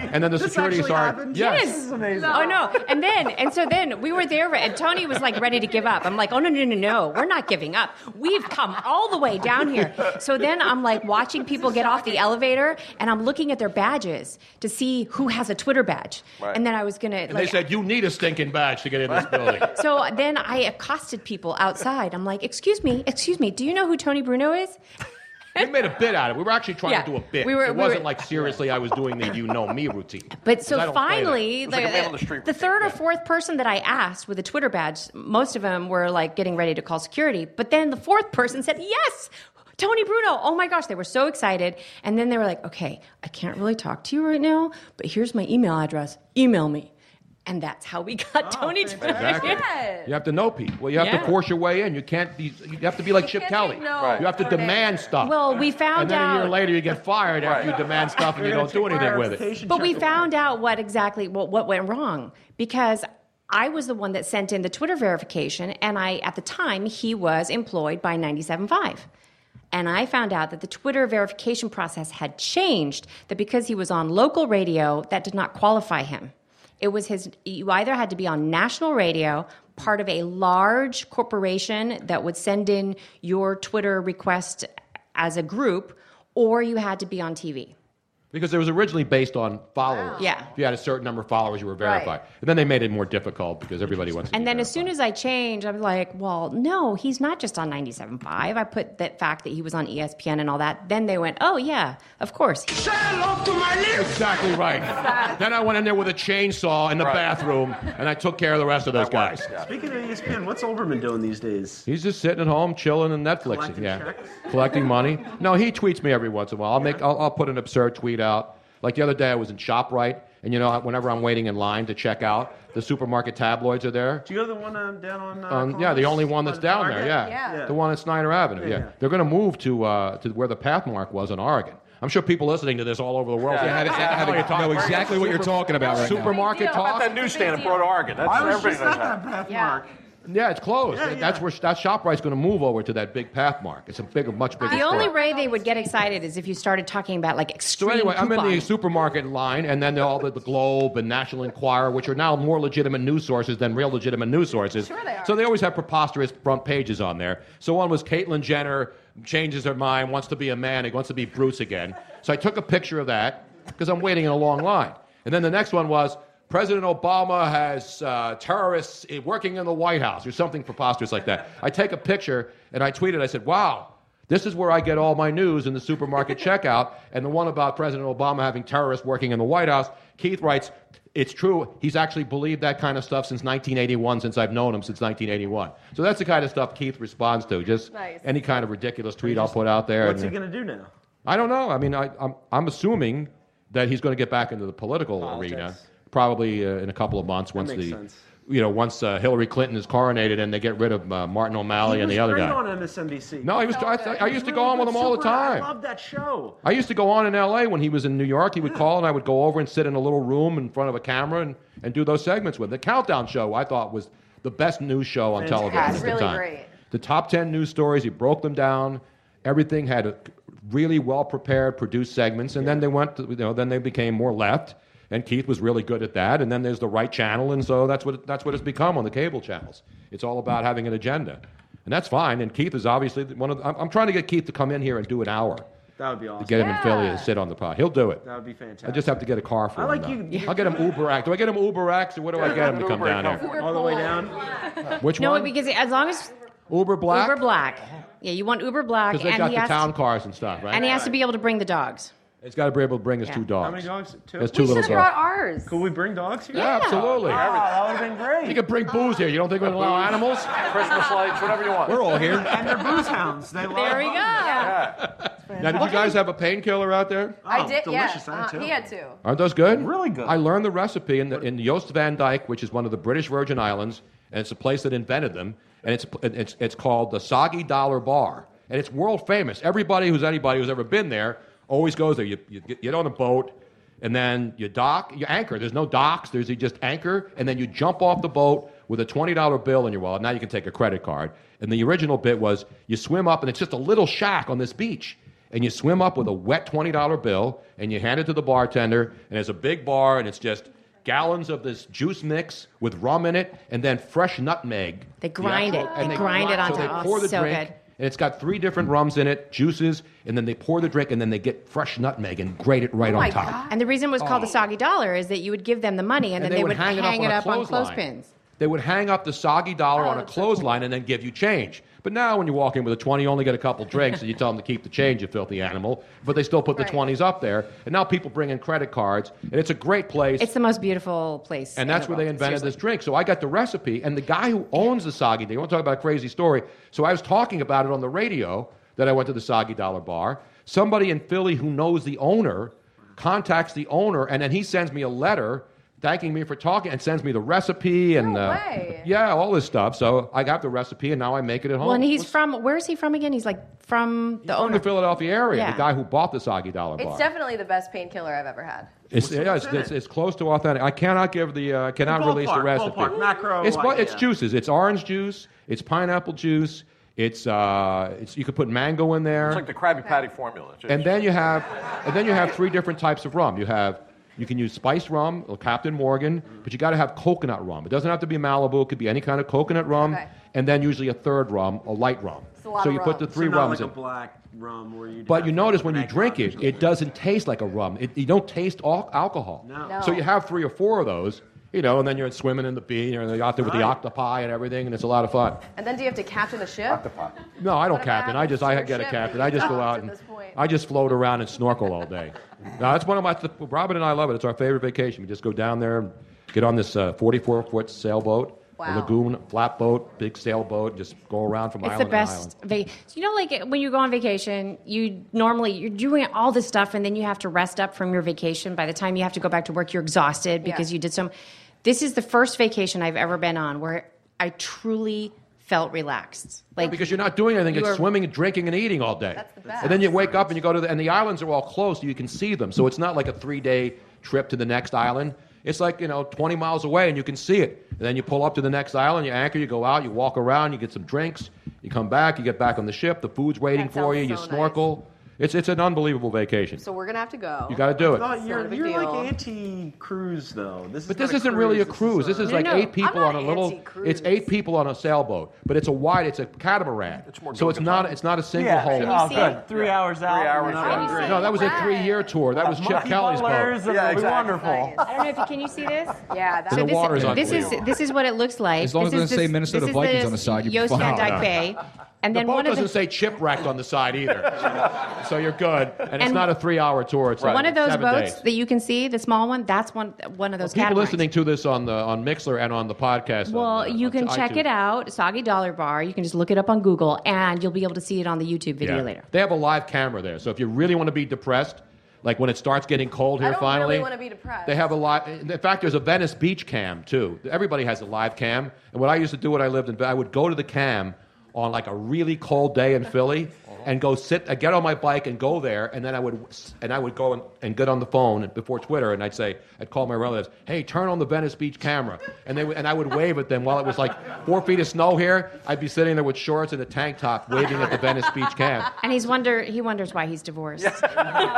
Speaker 9: And then the security guard.
Speaker 1: Yes. Oh no. And then and so then we were there and Tony was like ready to give up. I'm like, "Oh no, no, no, no. We're not giving up. We've come all the way down here." So then I'm like watching people get off the elevator and I'm looking at their badges to see who has a Twitter badge.
Speaker 9: Right.
Speaker 1: And then I was going to
Speaker 9: And they
Speaker 1: like
Speaker 9: said, you need a stinking badge to get in this
Speaker 1: *laughs*
Speaker 9: building.
Speaker 1: so then I accosted people outside. I'm like, "Excuse me, excuse me. Do you know who Tony Bruno is?"
Speaker 9: We made a bit out of it. We were actually trying
Speaker 1: Yeah.
Speaker 9: to do a bit.
Speaker 1: We were-
Speaker 9: it
Speaker 1: we
Speaker 9: wasn't
Speaker 1: were-
Speaker 9: like seriously I was doing the you know me routine.
Speaker 1: But
Speaker 9: 'Cause
Speaker 1: so
Speaker 9: I don't play that.
Speaker 1: finally, the, the third or fourth person that I asked with a Twitter badge, most of them were like getting ready to call security. But then the fourth person said, Yes, Tony Bruno. Oh my gosh, they were so excited. And then they were like, Okay, I can't really talk to you right now, but here's my email address. Email me. And that's how we got Tony Bruno.
Speaker 9: Exactly. You have to know people. You have
Speaker 1: Yeah.
Speaker 9: to force your way in. You can't. Be, you have to be
Speaker 1: *laughs*
Speaker 9: like Chip Kelly.
Speaker 1: no Right.
Speaker 9: You have to
Speaker 1: for an
Speaker 9: demand stuff.
Speaker 1: Well, we found
Speaker 9: and then a year
Speaker 1: out-
Speaker 9: later you get fired after you demand stuff and you don't do anything with it.
Speaker 1: But we found out what exactly what, what went wrong because I was the one that sent in the Twitter verification, and I at the time he was employed by 97.5. And I found out that the Twitter verification process had changed, that because he was on local radio, that did not qualify him. It was his, you either had to be on national radio, part of a large corporation that would send in your Twitter request as a group, or you had to be on TV.
Speaker 9: Because it was originally based on followers.
Speaker 1: Yeah.
Speaker 9: If you had a certain number of followers, you were
Speaker 1: Right.
Speaker 9: verified. And then they made it more difficult because everybody wants. to
Speaker 1: And then as soon as I change, I'm like, well, no, he's not just on 97.5. I put that fact that he was on
Speaker 11: E
Speaker 1: ESPN and all that. Then they went, oh, yeah, of course.
Speaker 9: Exactly right. then I went in there with a chainsaw in the bathroom and I took care of the rest of those guys.
Speaker 10: Speaking of E ESPN, what's Olbermann doing these days?
Speaker 9: He's just sitting at home, chilling and Netflixing.
Speaker 10: Collecting
Speaker 9: yeah,
Speaker 10: checks?
Speaker 9: collecting money. No, he tweets me every once in a while. I'll make, I'll, I'll put an absurd tweet out. Like the other day, I was in Shoprite, and you know, whenever I'm waiting in line to check out, the supermarket tabloids are there.
Speaker 10: Do you go to the one um, down on? Uh,
Speaker 9: Um, yeah, the
Speaker 10: Columbus?
Speaker 9: only one that's
Speaker 10: On
Speaker 9: down there.
Speaker 10: Target?
Speaker 9: Yeah. the one at Snyder Avenue. Yeah,
Speaker 10: Yeah, yeah.
Speaker 9: they're going to move to uh, to where the pathmark was in Oregon. I'm sure people listening to this all over the world
Speaker 12: Yeah, I had- I had to
Speaker 9: know you're talking
Speaker 12: know
Speaker 9: about.
Speaker 12: exactly what you're talking about right now.
Speaker 9: Supermarket
Speaker 12: How about
Speaker 9: talk.
Speaker 1: Oh,
Speaker 12: that newsstand in Broad Oregon? That's-
Speaker 9: Why was
Speaker 12: everybody
Speaker 9: she
Speaker 12: knows
Speaker 9: not
Speaker 12: that.
Speaker 10: Pathmark.
Speaker 9: Yeah, it's closed.
Speaker 11: Yeah,
Speaker 9: That's where that Shoprite's going to move over to that big path mark. It's a bigger, much bigger.
Speaker 11: The only
Speaker 9: store.
Speaker 11: way they would get excited is if you started talking about like
Speaker 9: So
Speaker 11: extreme
Speaker 9: anyway, I'm in the
Speaker 11: couponing.
Speaker 9: supermarket line, and then there are all the, the Globe and National Enquirer, which are now more legitimate news sources than real legitimate news sources.
Speaker 19: Sure they are.
Speaker 9: So they always have preposterous front pages on there. So one was Caitlyn Jenner changes her mind, wants to be a man, and wants to be Bruce again. So I took a picture of that because I'm waiting in a long line. And then the next one was President Obama has uh, terrorists eh, working in the White House or something preposterous like that. I take a picture and I tweet it. I said, wow. This is where I get all my news in the
Speaker 10: *laughs*
Speaker 9: supermarket checkout. And the one about President Obama having terrorists working in the White House, Keith writes, it's true. He's actually believed that kind of stuff since 1981, since I've known him since 1981. So that's the kind of stuff Keith responds to. Just
Speaker 10: Nice.
Speaker 9: any kind of ridiculous tweet I'll put out there.
Speaker 10: What's he
Speaker 9: and-
Speaker 10: going to do now?
Speaker 9: I don't know. I mean, I, I'm, I'm assuming that he's going to get back into the political arena probably uh, in a couple of months once
Speaker 10: makes
Speaker 9: the.
Speaker 10: sense.
Speaker 9: You know, once uh, Hillary Clinton is coronated and they get rid of uh, Martin O'Malley
Speaker 10: He
Speaker 9: and the
Speaker 10: was
Speaker 9: other
Speaker 10: great
Speaker 9: guy.
Speaker 10: on MSNBC.
Speaker 9: No, he was- I- I- I used to go on with him all the time.
Speaker 10: I love that show.
Speaker 9: I used to go on in LA when he was in New York. He would call and I would go over and sit in a little room in front of a camera and, and do those segments with him. The Countdown Show, I thought, was the best news show on
Speaker 16: Fantastic.
Speaker 9: television.
Speaker 16: It's
Speaker 9: at
Speaker 16: really
Speaker 9: the time.
Speaker 16: great.
Speaker 9: The top 10 news stories, he broke them down. Everything had a really well prepared, produced segments. And then they went, to, you know, then they became more left. And Keith was really good at that. And then there's the right channel. And so that's what, that's what it's become on the cable channels. It's all about having an agenda. And that's fine. And Keith is obviously one of the, I'm, I'm trying to get Keith to come in here and do an hour
Speaker 10: That would be awesome.
Speaker 9: to get him in Philly to sit on the pod. He'll do it.
Speaker 10: That would be fantastic.
Speaker 9: I just have to get a car for
Speaker 10: I
Speaker 9: him.
Speaker 10: like
Speaker 9: though.
Speaker 10: you- you-
Speaker 9: I'll get him Uber X. Do I get him Uber X or what do *laughs* I get him to come down here?
Speaker 10: All the way down.
Speaker 9: Which
Speaker 11: no,
Speaker 9: one?
Speaker 11: because as long as
Speaker 9: Uber Black?
Speaker 11: Uber Black, yeah, you want Uber Black,
Speaker 9: Because
Speaker 11: and
Speaker 9: they got
Speaker 11: he
Speaker 9: the
Speaker 11: has
Speaker 9: town
Speaker 11: to,
Speaker 9: cars and stuff, right?
Speaker 11: and he has to be able to bring the dogs.
Speaker 9: He's got to be able to bring his
Speaker 11: Yeah.
Speaker 9: two dogs.
Speaker 11: How many
Speaker 10: dogs? Two?
Speaker 9: There's two
Speaker 11: We
Speaker 9: little
Speaker 11: should've brought
Speaker 9: dogs.
Speaker 11: ours.
Speaker 10: Could we bring dogs here?
Speaker 9: Yeah, absolutely.
Speaker 10: Ah, that would have been great.
Speaker 9: You can bring booze here. You don't think we allow animals?
Speaker 19: Christmas lights, whatever you want.
Speaker 9: We're all here.
Speaker 10: And they're booze hounds. They love
Speaker 16: There we go.
Speaker 10: bugs.
Speaker 9: Now, did you guys have a painkiller out there?
Speaker 16: I did.
Speaker 10: Oh, delicious,
Speaker 16: yeah,
Speaker 11: Uh,
Speaker 16: uh,
Speaker 10: I had two.
Speaker 16: he had two.
Speaker 9: Aren't those good? Really good. I learned the recipe in, the, in Joost van Dyke, which is one of the British Virgin Islands, and it's a place that invented them. And it's, it's, it's called the Soggy Dollar Bar. And it's world famous. Everybody who's anybody who's ever been there always goes there. You, you get get on a boat, and then you dock, you anchor. There's no docks, there's you just anchor, and then you jump off the boat with a $20 bill in your wallet. Now you can take a credit card. And the original bit was you swim up, and it's just a little shack on this beach and you swim up with a wet $20 bill and you hand it to the bartender and it's a big bar and it's just gallons of this juice mix with rum in it and then fresh nutmeg
Speaker 11: They
Speaker 9: The
Speaker 11: grind
Speaker 9: actual-
Speaker 11: it. They grind it
Speaker 9: so
Speaker 11: onto-
Speaker 9: they
Speaker 11: oh,
Speaker 9: pour the
Speaker 11: so
Speaker 9: drink
Speaker 11: good.
Speaker 9: and it's got three different rums in it juices and then they pour the drink and then they get fresh nutmeg and grate it
Speaker 11: Oh
Speaker 9: right on top Oh.
Speaker 11: And the reason it was called the soggy dollar is that you would give them the money, and, then they, would hang, it up on,
Speaker 9: clothesline.
Speaker 11: clothespins.
Speaker 9: They would hang up the soggy dollar on a clothesline and then give you change. But now, when you walk in with a 20, you only get a couple drinks and you tell them to keep the change, you filthy animal. But they still put the 20s up there. And now people bring in credit cards. And it's a great place.
Speaker 11: It's the most beautiful place.
Speaker 9: And that's
Speaker 11: in the
Speaker 9: where they
Speaker 11: world,
Speaker 9: invented
Speaker 11: seriously.
Speaker 9: this drink. So I got the recipe, and the guy who owns the soggy, they want to talk about a crazy story. So I was talking about it on the radio that I went to the soggy dollar bar. Somebody in Philly who knows the owner contacts the owner, and then he sends me a letter thanking me for talking and sends me the recipe and uh, yeah, all this stuff. So I got the recipe, and now I make it at home.
Speaker 11: Well, and he's from where's he from again? He's like from the
Speaker 9: from
Speaker 11: owner.
Speaker 9: the Philadelphia area,
Speaker 11: Yeah.
Speaker 9: the guy who bought the soggy dollar bar.
Speaker 16: It's definitely the best painkiller I've ever had.
Speaker 9: It's, yeah, it's, it's, it's close to authentic. I cannot give the, uh, I cannot
Speaker 16: Ballpark,
Speaker 9: release the recipe.
Speaker 16: ballpark, macro
Speaker 9: It's, bu- it's
Speaker 16: idea.
Speaker 9: juices. It's orange juice. It's pineapple juice. It's, uh, it's you could put mango in there.
Speaker 19: It's like the Krabby Patty formula. too.
Speaker 9: and then you have, and then you have three different types of rum. You have, you can use spiced rum, or Captain Morgan,
Speaker 10: Mm-hmm.
Speaker 9: but you got to have coconut rum. It doesn't have to be Malibu. It could be any kind of coconut rum,
Speaker 10: Okay.
Speaker 9: and then usually a third rum, a light rum.
Speaker 10: It's a lot
Speaker 9: so
Speaker 10: of
Speaker 9: you put the
Speaker 10: rum.
Speaker 9: three
Speaker 10: so not
Speaker 9: rums
Speaker 10: like
Speaker 9: in.
Speaker 10: a black rum where you.
Speaker 9: But you notice when you drink it, it doesn't taste like a rum. It, you don't taste al- alcohol.
Speaker 10: No. No.
Speaker 9: So you have three or four of those, you know, and then you're swimming in the beach, and you're out there with the octopi and everything, and it's a lot of fun.
Speaker 16: And then do you have to captain the ship?
Speaker 9: No, I don't
Speaker 16: What
Speaker 9: captain. I
Speaker 16: happens
Speaker 9: just
Speaker 16: to
Speaker 9: I
Speaker 16: your
Speaker 9: get a
Speaker 16: ship
Speaker 9: captain.
Speaker 16: that
Speaker 9: I
Speaker 16: you
Speaker 9: just go
Speaker 16: docked
Speaker 9: out
Speaker 16: at
Speaker 9: and
Speaker 16: this point?
Speaker 9: I just float around and snorkel all
Speaker 16: *laughs*
Speaker 9: day. now that's one of my Robin and I love it. It's our favorite vacation. We just go down there, and get on this uh, 44 foot sailboat.
Speaker 11: Wow.
Speaker 9: A lagoon flatboat, big sailboat, and just go around from
Speaker 11: It's the
Speaker 9: island to island.
Speaker 11: best. Va- so you know, like when you go on vacation, you normally you're doing all this stuff, and then you have to rest up from your vacation. By the time you have to go back to work, you're exhausted because
Speaker 16: Yeah.
Speaker 11: you did some. This is the first vacation I've ever been on where I truly felt relaxed. Like
Speaker 9: because you're not doing anything
Speaker 11: you
Speaker 9: it's
Speaker 11: are-
Speaker 9: swimming and drinking and eating all day. And then you wake up and you go to the and the islands are all close so you can see them. So it's not like a 3-day trip to the next island. It's like, you know, 20 miles away and you can see it. And then you pull up to the next island, you anchor, you go out, you walk around, you get some drinks, you come back, you get back on the ship, the food's waiting
Speaker 16: That
Speaker 9: for you,
Speaker 16: sounds
Speaker 9: you
Speaker 16: so nice.
Speaker 9: snorkel. It's, it's an unbelievable vacation.
Speaker 16: So we're gonna have to go.
Speaker 9: You gotta do it.
Speaker 16: Not
Speaker 9: Not-
Speaker 16: a
Speaker 14: You're,
Speaker 16: big
Speaker 14: you're
Speaker 16: deal.
Speaker 14: like anti-cruise though. This
Speaker 9: But
Speaker 14: is
Speaker 9: this isn't really a cruise. This is
Speaker 14: No,
Speaker 9: like
Speaker 14: no,
Speaker 9: eight people
Speaker 14: I'm
Speaker 9: on
Speaker 14: not
Speaker 9: a little. It's eight people on a sailboat, but it's a wide. It's a catamaran. It's more so it's not. It's not a single
Speaker 14: Yeah,
Speaker 9: home.
Speaker 14: sure. Oh, Can you good. see? Three hours Three out, hours one out. hour in.
Speaker 9: No, that was a three-year tour. That was Chip
Speaker 14: Monkey
Speaker 9: Kelly's
Speaker 14: butlers
Speaker 9: boat.
Speaker 14: and Yeah, it'll be exactly. wonderful.
Speaker 1: I don't know if you can you see this?
Speaker 16: Yeah,
Speaker 9: So the
Speaker 1: this,
Speaker 9: water is
Speaker 1: this is
Speaker 9: unbelievable.
Speaker 1: this is what it looks like.
Speaker 9: As long
Speaker 1: this
Speaker 9: as it
Speaker 1: is
Speaker 9: doesn't say
Speaker 1: this-
Speaker 9: Minnesota
Speaker 1: this is
Speaker 9: Vikings on the side, you'd be fine.
Speaker 1: Yosemite
Speaker 9: No, no.
Speaker 1: Bay, and then
Speaker 9: the boat
Speaker 1: one of
Speaker 9: doesn't
Speaker 1: the
Speaker 9: say shipwrecked on the side
Speaker 14: *laughs*
Speaker 9: either, so you're good. And, it's
Speaker 1: And
Speaker 9: not a three-hour tour. It's like
Speaker 1: one of those
Speaker 9: seven
Speaker 1: boats
Speaker 9: days.
Speaker 1: that you can see, the small one. That's one one of those
Speaker 9: People
Speaker 1: catamarans.
Speaker 9: listening uh, to this on the on Mixler and on the podcast. on-
Speaker 1: Well, you can
Speaker 9: on
Speaker 1: check
Speaker 9: iTunes.
Speaker 1: it out, Soggy Dollar Bar. You can just look it up on Google, and you'll be able to see it on the YouTube video
Speaker 9: Yeah.
Speaker 1: later.
Speaker 9: They have a live camera there, so if you really want to be depressed, like when it starts getting cold here
Speaker 16: I don't
Speaker 9: finally,
Speaker 16: really want to be depressed.
Speaker 9: they have a live. In fact, there's a Venice Beach cam too. Everybody has a live cam. And what I used to do when I lived in, I would go to the cam on like a really cold day in Philly, and go sit, I get on my bike and go there, and then I would and I would go and, and get on the phone before Twitter, and I'd say, I'd call my relatives, hey, turn on the Venice Beach camera, and they would, and I would wave at them while it was like four feet of snow here. I'd be sitting there with shorts and a tank top, waving at the Venice Beach cam.
Speaker 1: And he's wonder he wonders why he's divorced.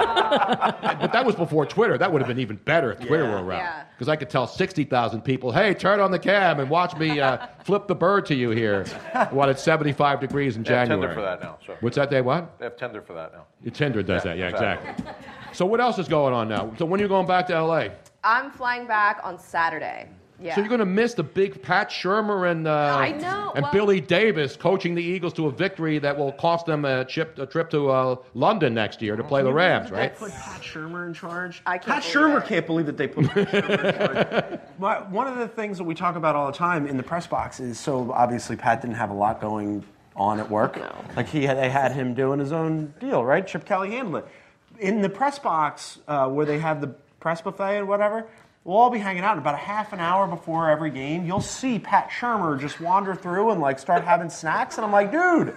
Speaker 9: But that was before Twitter. That would have been even better if Twitter were around. Because I could tell 60,000 people, hey, turn on the cam and watch me uh, flip the bird to
Speaker 16: *laughs*
Speaker 9: you here while it's 75 degrees in
Speaker 10: They have
Speaker 9: January.
Speaker 10: Tinder for that now. So.
Speaker 9: What's that day? What?
Speaker 10: They have Tinder for that now.
Speaker 9: Your Tinder does
Speaker 10: Yeah,
Speaker 9: that. Yeah,
Speaker 10: exactly.
Speaker 9: exactly. so what else is going on now? So when are you going back to L.A.?
Speaker 16: I'm flying back on Saturday. Yeah.
Speaker 9: So you're going to miss the big Pat Shermer and, uh,
Speaker 16: I know,
Speaker 9: and
Speaker 16: well-
Speaker 9: Billy Davis coaching the Eagles to a victory that will cost them a, chip, a trip to uh, London next year to play the Rams, right?
Speaker 14: Put Pat Shermer in charge.
Speaker 16: I
Speaker 14: Pat Shermer can't believe that they put.
Speaker 9: *laughs*
Speaker 14: Pat Shermer in charge. My, one of the things that we talk about all the time in the press box is so obviously Pat didn't have a lot going on at work. Like he had, they had him doing his own deal, right? Chip Kelly handled it. In the press box uh, where they have the press buffet and whatever. We'll all be hanging out. And about a half an hour before every game, you'll see Pat Shermer just wander through and like start having snacks. And I'm like, dude,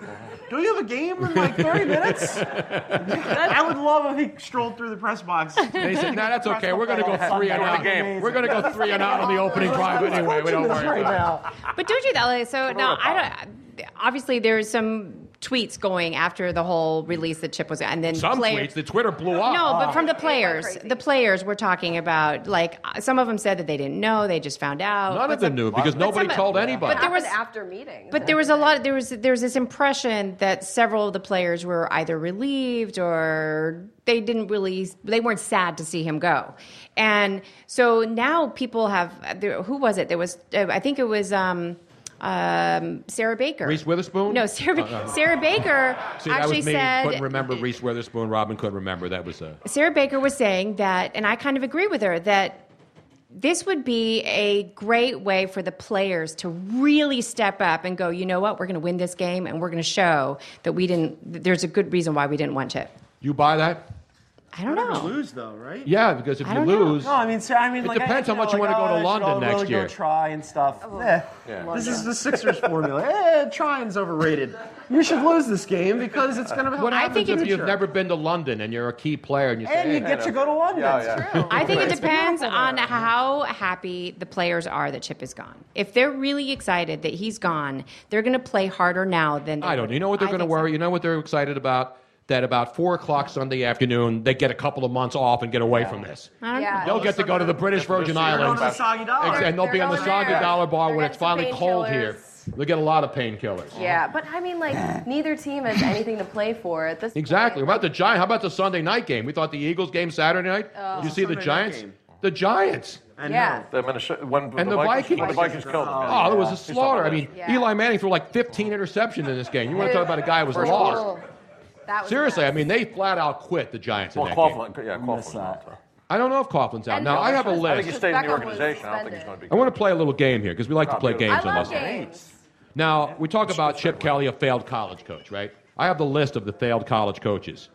Speaker 14: don't you have a game in like
Speaker 1: *laughs*
Speaker 14: 30 minutes? I would love if he strolled through the press box.
Speaker 9: They said, "No, that's okay. We're going to go three and out. We're going to go three and out on the opening drive anyway. We don't worry about it."
Speaker 1: *laughs* But don't you that so now I don't obviously there's some tweets going after the whole release that Chip was and then
Speaker 9: Some
Speaker 1: player-
Speaker 9: tweets, the Twitter blew up.
Speaker 1: No, but from the players, the players were talking about like uh, some of them said that they didn't know, they just found out.
Speaker 9: None of
Speaker 1: But
Speaker 9: them
Speaker 1: some-
Speaker 9: knew because
Speaker 1: but
Speaker 9: nobody
Speaker 1: some-
Speaker 9: told anybody.
Speaker 1: But there was
Speaker 16: after meetings.
Speaker 1: But there was a lot. There was there was this impression that several of the players were either relieved or they didn't really. They weren't sad to see him go, and so now people have. there- Who was it? There was. uh, I think it was. Um, um, Sarah Baker.
Speaker 9: Reese Witherspoon?
Speaker 1: No, Sarah,
Speaker 9: Oh, no.
Speaker 1: Sarah Baker
Speaker 9: See, that
Speaker 1: actually
Speaker 9: was me.
Speaker 1: said
Speaker 9: couldn't remember Reese Witherspoon. Robin couldn't remember. That was a.
Speaker 1: Sarah Baker was saying that, and I kind of agree with her, that this would be a great way for the players to really step up and go, you know what, we're going to win this game and we're going to show that we didn't, that there's a good reason why we didn't want Chip.
Speaker 9: You buy that?
Speaker 1: I don't
Speaker 14: Never
Speaker 1: know.
Speaker 14: lose though, right?
Speaker 9: Yeah, because if
Speaker 14: I
Speaker 9: you
Speaker 14: don't know.
Speaker 9: lose,
Speaker 14: No, I mean, so, I mean,
Speaker 9: it
Speaker 14: like,
Speaker 9: depends
Speaker 14: I,
Speaker 9: how much you
Speaker 14: know,
Speaker 9: want to
Speaker 14: like,
Speaker 9: go
Speaker 14: oh,
Speaker 9: to
Speaker 14: they should all
Speaker 9: London next
Speaker 14: really
Speaker 9: year.
Speaker 14: Go try and stuff. Eh.
Speaker 9: Yeah.
Speaker 14: This is the Sixers formula. Eh, trying's overrated. You should lose this game because it's going to.
Speaker 9: What happens if you've never been to London and you're a key player and you say,
Speaker 14: And you
Speaker 9: "Hey,
Speaker 14: get to go to London.
Speaker 9: Yeah,
Speaker 14: It's
Speaker 9: yeah.
Speaker 14: true.
Speaker 1: I think it
Speaker 9: It's
Speaker 1: depends on how happy the players are that Chip is gone. If they're really excited that he's gone, they're going to play harder now than they
Speaker 9: I don't. know. You know what they're
Speaker 1: I
Speaker 9: going to
Speaker 1: think
Speaker 9: worry. You know what they're excited about. That about four o'clock Sunday afternoon, they get a couple of months off and get away from this.
Speaker 1: I don't
Speaker 16: Yeah.
Speaker 9: They'll get to go to the British Virgin
Speaker 14: They're going
Speaker 9: Islands.
Speaker 14: to the Soggy Dollar.
Speaker 9: Ex- And they'll be
Speaker 16: They're
Speaker 9: on the
Speaker 16: going
Speaker 9: Soggy
Speaker 16: there.
Speaker 9: Dollar Bar
Speaker 16: They're
Speaker 9: when it's
Speaker 16: getting
Speaker 9: finally
Speaker 16: some
Speaker 9: cold
Speaker 16: painkillers.
Speaker 9: here. They'll get a lot of painkillers.
Speaker 16: Yeah, but I mean, like neither team has anything to play for at this.
Speaker 9: Exactly. What about the Giants? How about the Sunday night game? We thought the Eagles game Saturday night.
Speaker 16: Oh.
Speaker 9: You see the
Speaker 16: Sunday night
Speaker 9: Giants?
Speaker 16: game.
Speaker 9: The Giants.
Speaker 16: I know. Yeah.
Speaker 10: The Minnesota, when,
Speaker 9: And
Speaker 10: the, Vikings, when the
Speaker 9: Vikings
Speaker 10: Vikings killed them.
Speaker 9: Oh, it was a slaughter. I mean,
Speaker 16: Yeah.
Speaker 9: Eli Manning threw like 15 interceptions in this game. You want to talk about a guy who was
Speaker 10: First
Speaker 9: lost?
Speaker 16: That was
Speaker 9: Seriously, I mean, they flat out quit the Giants in
Speaker 10: Well,
Speaker 9: that game.
Speaker 10: Coughlin, yeah, Coughlin's not.
Speaker 9: I don't know if Coughlin's out.
Speaker 16: And
Speaker 9: Now, I have a
Speaker 10: I think he
Speaker 9: list.
Speaker 10: stayed in
Speaker 16: Beckham
Speaker 10: the
Speaker 16: was
Speaker 10: organization. I don't think he's going to be.
Speaker 9: I want to play a little game here because we like to play games
Speaker 16: I
Speaker 9: on
Speaker 16: love
Speaker 9: this.
Speaker 16: games.
Speaker 9: Now, we talk about Chip Kelly, a failed college coach, right? I have the list of the failed college coaches.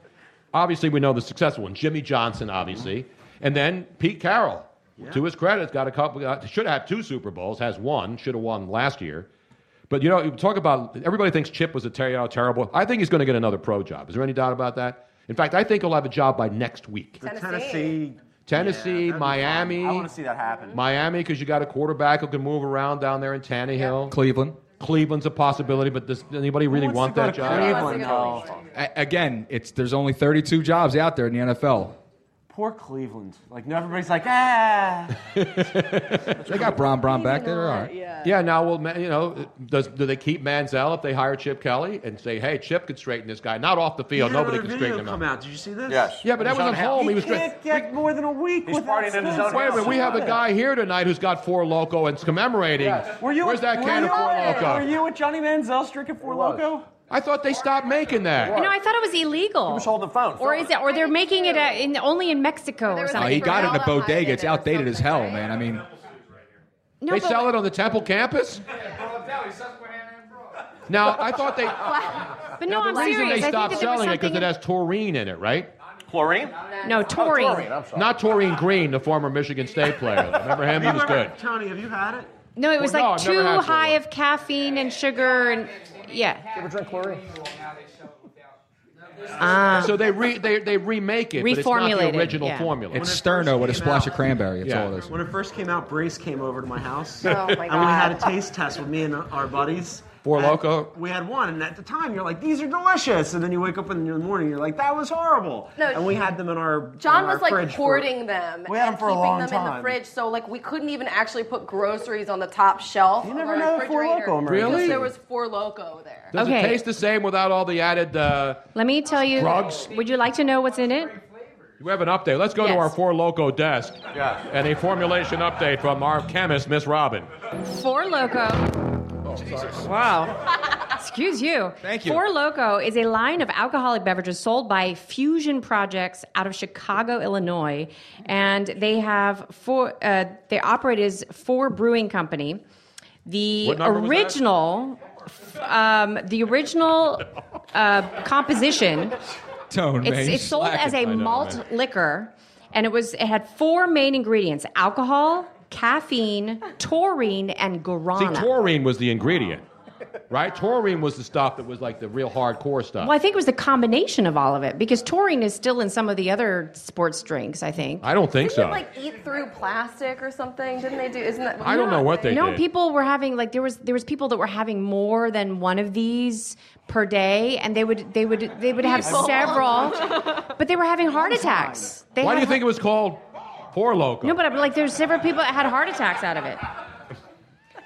Speaker 9: Obviously, we know the successful one, Jimmy Johnson, obviously, and then Pete Carroll. To his credit, has got a couple. Uh, should have two Super Bowls. Has one. Should have won last year. But you know, you talk about everybody thinks Chip was a ter- uh, terrible. I think he's going to get another pro job. Is there any doubt about that? In fact, I think he'll have a job by next week.
Speaker 14: Tennessee
Speaker 9: Tennessee, Miami.
Speaker 14: I want to see that happen.
Speaker 9: Miami, because you got a quarterback who can move around down there in Tannehill.
Speaker 12: Cleveland.
Speaker 9: Cleveland's a possibility, but does anybody really want that job?
Speaker 12: A- Again, it's there's only 32 jobs out there in the NFL.
Speaker 14: Poor Cleveland. Like now everybody's like, ah.
Speaker 12: They got Bron Bron back there. All right.
Speaker 9: Yeah. Now, well, ma- you know, does do they keep Manziel if they hire Chip Kelly and say, "Hey, Chip can straighten this guy"? Not off the field,
Speaker 14: Yeah,
Speaker 9: nobody
Speaker 14: the
Speaker 9: can
Speaker 14: video
Speaker 9: straighten him
Speaker 14: come
Speaker 9: out.
Speaker 14: Did you see this?
Speaker 9: Yes. Yeah, but that was at home. He was
Speaker 14: He can't get more than a week.
Speaker 9: He's
Speaker 14: without
Speaker 9: partying in his
Speaker 14: Spence.
Speaker 9: Wait a minute, we have a guy here tonight who's got four loco and it's commemorating.
Speaker 14: Were you?
Speaker 9: Where's that
Speaker 14: were
Speaker 9: can
Speaker 14: you,
Speaker 9: of four loco?
Speaker 14: Were you with Johnny Manziel's drinking Four Loco?
Speaker 9: I thought they stopped making that.
Speaker 1: No, I thought it was illegal. He was
Speaker 14: holding the phone.
Speaker 1: Or is it? Or they're making it uh in, only in Mexico or
Speaker 12: No,
Speaker 1: something.
Speaker 12: Uh, he got it in a bodega. It's outdated as hell, man. I mean,
Speaker 1: No,
Speaker 9: they
Speaker 1: but-
Speaker 9: sell it on the Temple campus. Now, I thought
Speaker 1: *laughs*
Speaker 9: they.
Speaker 1: But no,
Speaker 9: the
Speaker 1: I'm
Speaker 9: reason
Speaker 1: serious.
Speaker 9: they
Speaker 1: I think that
Speaker 9: stopped
Speaker 1: there was
Speaker 9: selling it
Speaker 1: something
Speaker 9: because it
Speaker 1: in-
Speaker 9: has taurine in it, right?
Speaker 19: Chlorine?
Speaker 9: Oh,
Speaker 1: No, taurine.
Speaker 9: Not taurine green, the former Michigan State player. Remember him? He was good.
Speaker 14: Tony, have you had it?
Speaker 1: No, it was
Speaker 9: Well,
Speaker 1: like
Speaker 9: no, I've never had
Speaker 1: too
Speaker 9: it.
Speaker 1: high of caffeine and sugar and yeah.
Speaker 20: ever drink chlorine?
Speaker 1: Ah.
Speaker 9: So they re they, they remake it, but it's not
Speaker 1: Reformulated,
Speaker 9: the original
Speaker 1: yeah.
Speaker 9: formula.
Speaker 12: it's Sterno with a splash of cranberry. That's all it is.
Speaker 18: When it first came out, Brace came over to my
Speaker 16: *laughs*
Speaker 18: house.
Speaker 12: Oh, my
Speaker 18: And we had a
Speaker 12: God.
Speaker 18: taste test with me and our buddies.
Speaker 9: Four
Speaker 18: And
Speaker 9: Loko.
Speaker 18: We had one, and at the time, you're like, these are delicious. And then you wake up in the morning, you're like, that was horrible.
Speaker 16: No,
Speaker 18: and we had them in our
Speaker 16: John
Speaker 18: in our
Speaker 16: was like
Speaker 18: fridge for-
Speaker 16: hoarding them.
Speaker 18: We had them
Speaker 16: and
Speaker 18: for a
Speaker 16: keeping
Speaker 18: long
Speaker 16: them in
Speaker 18: time.
Speaker 16: the fridge, so like we couldn't even actually put groceries on the top shelf. You
Speaker 18: never
Speaker 16: of
Speaker 18: know
Speaker 16: our
Speaker 18: if Four
Speaker 16: refrigerator
Speaker 9: Loko
Speaker 16: because
Speaker 9: emergency.
Speaker 16: There was four loco there.
Speaker 9: Does
Speaker 1: Okay.
Speaker 9: it taste the same without all the added? Uh,
Speaker 1: Let me tell you.
Speaker 9: Drugs.
Speaker 1: Would you like to know what's in it?
Speaker 9: we have an update. Let's go to
Speaker 1: Yes.
Speaker 9: our four loco desk and a formulation update from our chemist, Miss Robin.
Speaker 1: Four Loco.
Speaker 11: Oh,
Speaker 1: Wow. *laughs* Excuse you.
Speaker 9: Thank you.
Speaker 1: Four Loco is a line of alcoholic beverages sold by Fusion Projects out of Chicago, Illinois, and they have four. Uh, they operate as Four Brewing Company. The
Speaker 11: What number was that?
Speaker 1: original, um, the original uh,
Speaker 11: *laughs*
Speaker 1: composition
Speaker 12: Tone, man.
Speaker 1: it's,
Speaker 12: you
Speaker 1: it's sold as
Speaker 12: slacking.
Speaker 1: a malt liquor, and it was it had four main ingredients: alcohol, caffeine, taurine, and
Speaker 9: See,
Speaker 1: guarana.
Speaker 9: taurine was the ingredient, right? Taurine was the stuff that was like the real hardcore stuff.
Speaker 1: well, I think it was the combination of all of it because taurine is still in some of the other sports drinks. I think.
Speaker 9: I don't think
Speaker 16: Didn't
Speaker 9: so.
Speaker 16: it, like eat through plastic or something? Didn't they do? Isn't that?
Speaker 9: I don't know what they
Speaker 1: no,
Speaker 9: did.
Speaker 1: people were having like there was there was people that were having more than one of these per day, and they would they would they would have
Speaker 16: People.
Speaker 1: several, but they were having heart attacks. They
Speaker 9: Why
Speaker 1: had
Speaker 9: do you think it was called Four Loco?
Speaker 1: No, but I'm like there's several people that had heart attacks out of it.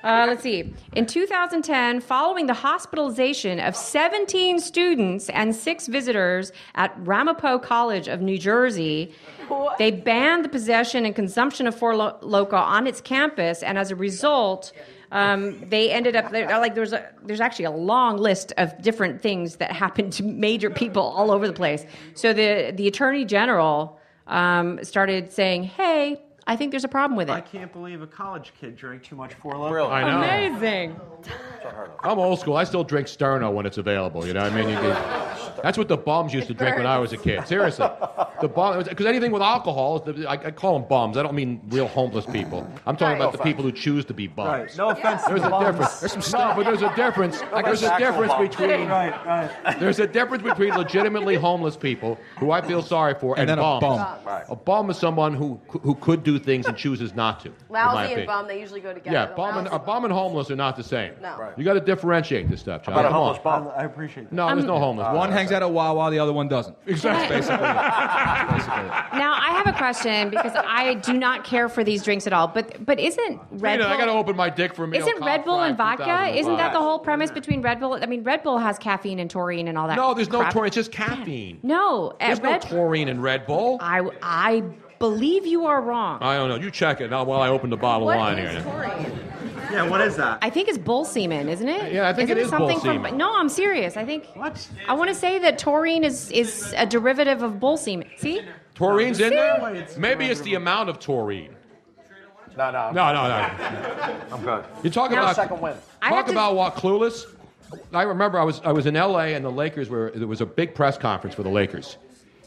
Speaker 1: Uh, let's see. In 2010, following the hospitalization of 17 students and six visitors at Ramapo College of New Jersey, they banned the possession and consumption of Four Lo- Loco on its campus, and as a result, um, they ended up there, like there's a, there's actually a long list of different things that happened to major people all over the place. So the the attorney general um, started saying, "Hey, I think there's a problem with it."
Speaker 18: I can't believe a college kid drank too much Four Loko.
Speaker 9: I know.
Speaker 1: Amazing.
Speaker 9: I'm old school. I still drink Sterno when it's available. You know, what I mean, you can, that's what the bums used to drink when I was a kid. Seriously, the bums because anything with alcohol, I, I call them bums. I don't mean real homeless people. I'm talking
Speaker 12: Oh,
Speaker 9: about the people who choose to be bums.
Speaker 14: Right. No offense.
Speaker 9: There's
Speaker 14: to
Speaker 9: a
Speaker 14: the
Speaker 9: difference. There's some stuff, but there's a difference. There's a difference between
Speaker 14: Right, right.
Speaker 9: *laughs* there's a difference between
Speaker 12: *laughs*
Speaker 9: legitimately homeless people who I feel sorry for and,
Speaker 12: And then a
Speaker 9: bums.
Speaker 12: bum.
Speaker 9: A bum is someone who who could do things and chooses not to. in my
Speaker 16: Lousy and
Speaker 9: opinion.
Speaker 16: bum. They usually go together.
Speaker 9: Yeah, bum and, a
Speaker 16: Lousy-
Speaker 9: bum and homeless are not the same.
Speaker 16: No. Right.
Speaker 9: You got to differentiate this stuff, John.
Speaker 12: about a
Speaker 9: Come on.
Speaker 12: homeless Um, uh,
Speaker 14: bum? I appreciate that.
Speaker 9: No, there's no homeless.
Speaker 12: One hangs out at Wawa, the other one doesn't.
Speaker 9: *laughs*
Speaker 12: Exactly.
Speaker 1: Now I have a question because I do not care for these drinks at all. But but isn't Red
Speaker 9: Wait a minute,
Speaker 1: Bull?
Speaker 9: I got to open my dick for me.
Speaker 1: Isn't Red Bull and vodka? Isn't that the whole premise between Red Bull? I mean, Red Bull has caffeine and taurine and all that.
Speaker 9: No, there's no
Speaker 1: crap.
Speaker 9: taurine. It's just caffeine.
Speaker 1: No,
Speaker 9: There's
Speaker 1: at
Speaker 9: no
Speaker 1: Red
Speaker 9: taurine in Red Bull.
Speaker 1: I I believe you are wrong.
Speaker 9: I don't know. You check it now while I open the bottle of wine here.
Speaker 18: Yeah, what is that?
Speaker 1: I think it's bull semen, isn't it?
Speaker 9: Yeah, I think
Speaker 1: isn't
Speaker 9: it is bull
Speaker 1: something
Speaker 9: semen.
Speaker 1: From, no, I'm serious. I think what I want to say that taurine is is a derivative of bull semen. See?
Speaker 9: Taurine's in
Speaker 1: See?
Speaker 9: there? Maybe it's the amount of taurine.
Speaker 20: No, no.
Speaker 9: No, no, no.
Speaker 14: *laughs*
Speaker 20: I'm good.
Speaker 9: You talk
Speaker 20: Now-
Speaker 9: about
Speaker 20: Second win. I have
Speaker 9: Talk
Speaker 20: to-
Speaker 9: about what clueless. I remember I was I was in L.A. and the Lakers were there was a big press conference for the Lakers,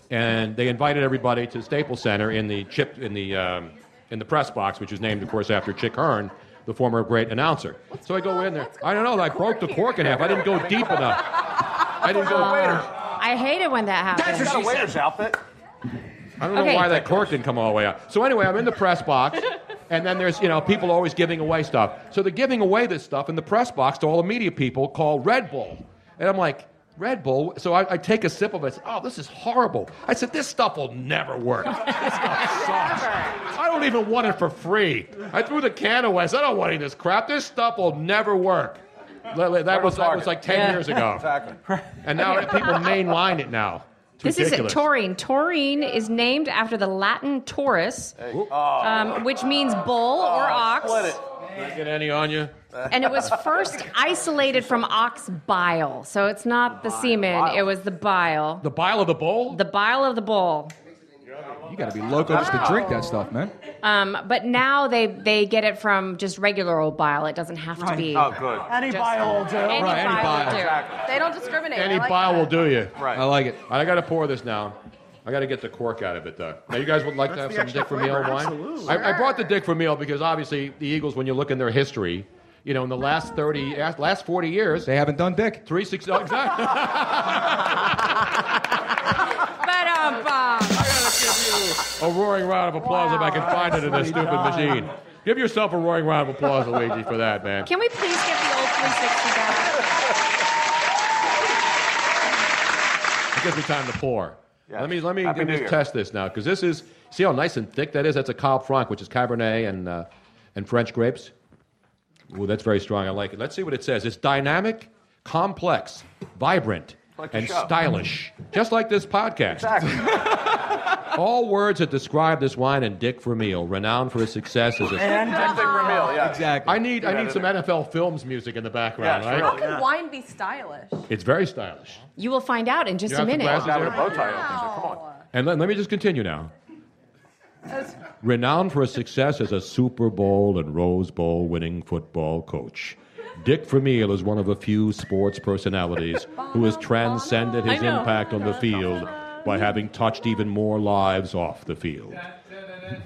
Speaker 9: and they invited everybody to the Staples Center in the chip in the um, in the press box, which is named, of course, after Chick Hearn, the former great announcer. so I go in there. I don't know. I broke the cork in half. I didn't go deep enough. I didn't go.
Speaker 1: Uh, I hate it when that happens.
Speaker 20: That's a waiter's outfit.
Speaker 9: I don't know
Speaker 1: Okay.
Speaker 9: why that cork didn't come all the way out. So anyway, I'm in the
Speaker 1: *laughs*
Speaker 9: press box, and then there's you know people always giving away stuff. So they're giving away this stuff in the press box to all the media people called Red Bull, and I'm like. Red Bull. So I, I take a sip of it. Oh, this is horrible. I said, this stuff will
Speaker 1: *laughs*
Speaker 9: never work. I don't even want it for free. I threw the can away. I said, I don't want any of this crap. This stuff will never work. That, that was, that was like 10
Speaker 1: Yeah.
Speaker 9: years
Speaker 12: *laughs*
Speaker 9: ago.
Speaker 14: *laughs*
Speaker 1: Exactly.
Speaker 9: And now people mainline it now. It's
Speaker 1: This
Speaker 9: ridiculous.
Speaker 1: is taurine. Taurine is named after the Latin taurus, um, which means bull or ox.
Speaker 9: Did I get any on you?
Speaker 1: And it was *laughs* first isolated from ox bile. So it's not the semen, it was the bile.
Speaker 9: The bile of the bull?
Speaker 1: The bile of the bull.
Speaker 12: You got to be loco just to drink that stuff, man.
Speaker 1: Um, but now they, they get it from just regular old bile. It doesn't have to be.
Speaker 12: good.
Speaker 14: Any
Speaker 1: Just-
Speaker 14: bile will do.
Speaker 1: Any
Speaker 9: Right, any
Speaker 1: bile will
Speaker 9: bile.
Speaker 1: do.
Speaker 16: They don't discriminate.
Speaker 9: Any
Speaker 16: I like
Speaker 9: bile
Speaker 16: that.
Speaker 9: will do you.
Speaker 12: Right. I like it.
Speaker 9: I got to pour this down. I got to get the cork out of it, though. Now, you guys would like to have
Speaker 12: That's
Speaker 9: some
Speaker 12: the
Speaker 9: Dick
Speaker 12: extra
Speaker 9: Vermeil
Speaker 12: flavor,
Speaker 9: wine?
Speaker 12: absolutely.
Speaker 9: I, I brought the Dick Vermeil because obviously the Eagles, when you look in their history, you know, in the last 30, last 40 years. They
Speaker 12: haven't done Dick.
Speaker 9: 360, oh, exactly. *laughs*
Speaker 1: Ba-dum-bum.
Speaker 9: a roaring round of applause if I can find it in this stupid machine. Give yourself a roaring round of applause, Luigi, for that, man.
Speaker 1: *laughs* Can we please get the old 360 back?
Speaker 9: It gives me time to pour. Let me let me, let
Speaker 19: Happy
Speaker 9: me
Speaker 19: New
Speaker 9: just
Speaker 19: Year.
Speaker 9: test this now because this is see how nice and thick that is. That's a Cab Franc, which is Cabernet and uh, and French grapes. Ooh, that's very strong. I like it. Let's see what it says. It's dynamic, complex, vibrant,
Speaker 19: Like the
Speaker 9: and
Speaker 19: show.
Speaker 9: stylish, just like this podcast. *laughs* All words that describe this wine and Dick Vermeil, renowned for his success as a
Speaker 19: And Dick Vermeil, yeah.
Speaker 9: Exactly. I need
Speaker 19: Yeah,
Speaker 9: I need
Speaker 19: that's
Speaker 9: some NFL Films music in the background,
Speaker 19: Yeah,
Speaker 9: right?
Speaker 19: sure.
Speaker 16: How can wine be stylish?
Speaker 9: It's very stylish.
Speaker 1: You will find out in just
Speaker 9: You
Speaker 1: a
Speaker 9: have the
Speaker 1: minute.
Speaker 9: glasses there? And let, let me just continue now. Renowned for his success as a Super Bowl and Rose Bowl winning football coach, Dick Vermeil is one of the few sports personalities who has transcended his
Speaker 19: I know.
Speaker 9: impact on the field by having touched even more lives off the field.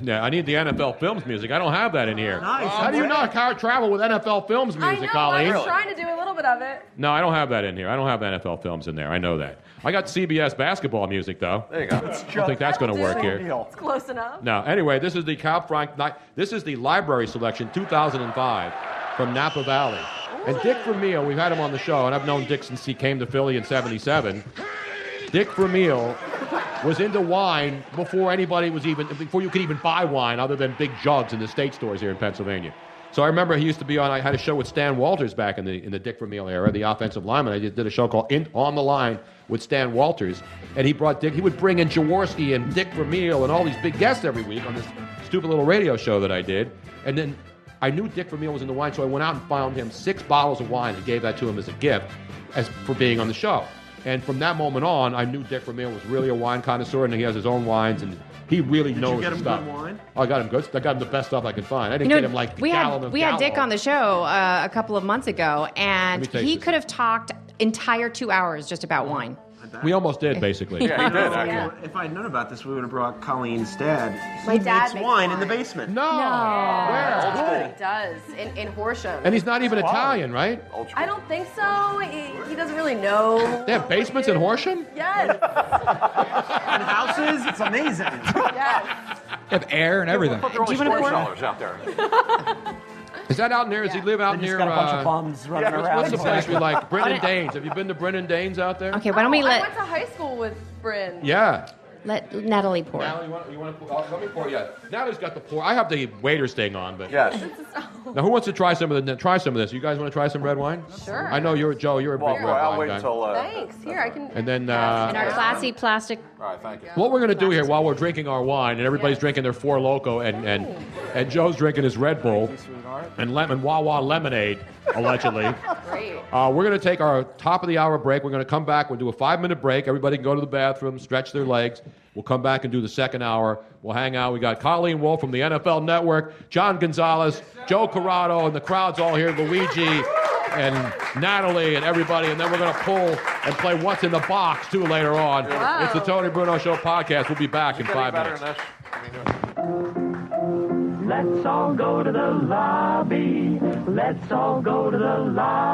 Speaker 9: Yeah, I need the NFL Films music. I don't have that in here.
Speaker 16: Nice.
Speaker 9: How do you not car- travel with NFL Films
Speaker 16: I
Speaker 9: music,
Speaker 16: know.
Speaker 9: Colleen?
Speaker 16: I was trying to do a little bit of it.
Speaker 9: No, I don't have that in here. I don't have NFL films in there. I know that. I got CBS basketball music though. There
Speaker 19: you go.
Speaker 9: I don't think that's going to work here.
Speaker 16: It's close enough.
Speaker 9: No. Anyway, this is the Cal Frank. Ni- This is the library selection 2005 from Napa Valley. And Dick Vermeil, we've had him on the show, and I've known Dick since he came to Philly in '77. Dick Vermeil was into wine before anybody was even before you could even buy wine other than big jugs in the state stores here in Pennsylvania. So I remember he used to be on. I had a show with Stan Walters back in the in the Dick Vermeil era, the offensive lineman. I did, did a show called in, On the Line with Stan Walters, and he brought Dick. He would bring in Jaworski and Dick Vermeil and all these big guests every week on this stupid little radio show that I did. And then I knew Dick Vermeil was into wine, so I went out and found him six bottles of wine and gave that to him as a gift, as for being on the show. And from that moment on, I knew Dick Vermeil was really a wine connoisseur, and he has his own wines, and he really knows
Speaker 18: you get
Speaker 9: his
Speaker 18: him
Speaker 9: stuff. Oh,
Speaker 18: good wine?
Speaker 9: I got him good. I got him the best stuff I could find. I didn't
Speaker 1: You know,
Speaker 9: get him like
Speaker 1: we
Speaker 9: gallon
Speaker 1: had
Speaker 9: of
Speaker 1: we had Dick on the show uh, a couple of months ago, and
Speaker 9: Let me taste
Speaker 1: he
Speaker 9: this.
Speaker 1: could have talked entire two hours just about wine.
Speaker 9: We almost did, basically.
Speaker 1: *laughs* Yeah, he did, actually.
Speaker 18: Yeah. If I'd known about this, we would have brought Colleen's dad. He
Speaker 16: My dad
Speaker 18: makes
Speaker 16: makes
Speaker 18: wine in the basement.
Speaker 9: No.
Speaker 16: No,
Speaker 18: Where?
Speaker 16: he does in, in Horsham.
Speaker 9: And he's not even Italian, right?
Speaker 16: I don't think so. He, he doesn't really know.
Speaker 9: They have basements in Horsham.
Speaker 16: Yes.
Speaker 18: *laughs* And houses? It's amazing.
Speaker 12: They have air and everything.
Speaker 18: Do you want to pour?
Speaker 19: out there.
Speaker 9: Is that out near? Is he live out
Speaker 18: They just
Speaker 9: near?
Speaker 18: got a bunch
Speaker 9: uh,
Speaker 18: of bums running
Speaker 9: what's-
Speaker 18: around.
Speaker 9: What's the place
Speaker 18: Exactly.
Speaker 9: we
Speaker 1: *laughs*
Speaker 9: like? Brendan
Speaker 18: On it-
Speaker 9: Danes. Have you been to Brendan Danes out there?
Speaker 1: Okay, why don't we
Speaker 16: I
Speaker 1: let
Speaker 16: went to high school with Bryn.
Speaker 9: Yeah.
Speaker 1: let Natalie pour?
Speaker 9: Natalie, you want, you want to pour? oh, Let me pour. Yeah. Natalie's got the pour. I have the waiter's thing on, but Now, who wants to try some of the try some of this? You guys want to try some red wine?
Speaker 16: Sure.
Speaker 9: I know you're Joe. You're a big
Speaker 19: Well,
Speaker 9: red
Speaker 19: well, I'll
Speaker 9: wine
Speaker 19: wait
Speaker 9: guy.
Speaker 19: until, uh,
Speaker 16: Thanks. Here, I can.
Speaker 9: and then uh,
Speaker 1: In our classy plastic.
Speaker 19: All right, thank you.
Speaker 9: What we're going to do here while we're drinking our wine and everybody's drinking their Four Loco and, and, and Joe's drinking his Red Bull and lemon, Wawa lemonade, allegedly,
Speaker 16: Great.
Speaker 9: uh, we're going to take our top of the hour break. We're going to come back. We'll do a five minute break. Everybody can go to the bathroom, stretch their legs. We'll come back and do the second hour. We'll hang out. We got Colleen Wolf from the NFL Network, John Gonzalez, Joe Corrado, and the crowd's all here. Luigi and Natalie and everybody. And then we're going to pull and play What's in the Box too later on.
Speaker 19: Wow.
Speaker 9: It's the Tony Bruno Show podcast. We'll be back in five minutes.
Speaker 7: Let's all go to the lobby. Let's all go to the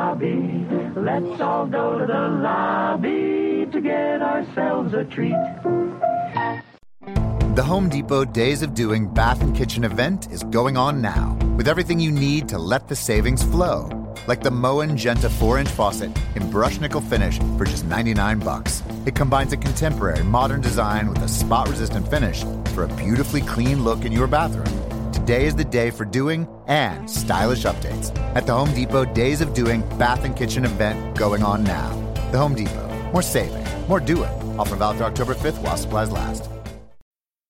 Speaker 7: lobby. Let's all go to the lobby to get ourselves a treat.
Speaker 4: The The Home Depot Days of Doing Bath and Kitchen event is going on now with everything you need to let the savings flow, like the Moen Genta 4 inch faucet in brush nickel finish for just 99 bucks. It combines a contemporary modern design with a spot resistant finish for a beautifully clean look in your bathroom. Today is the day for doing and stylish updates at the Home Depot Days of Doing Bath and Kitchen event going on now. The Home Depot. More saving, more doing. Offer valid through October 5th while supplies last.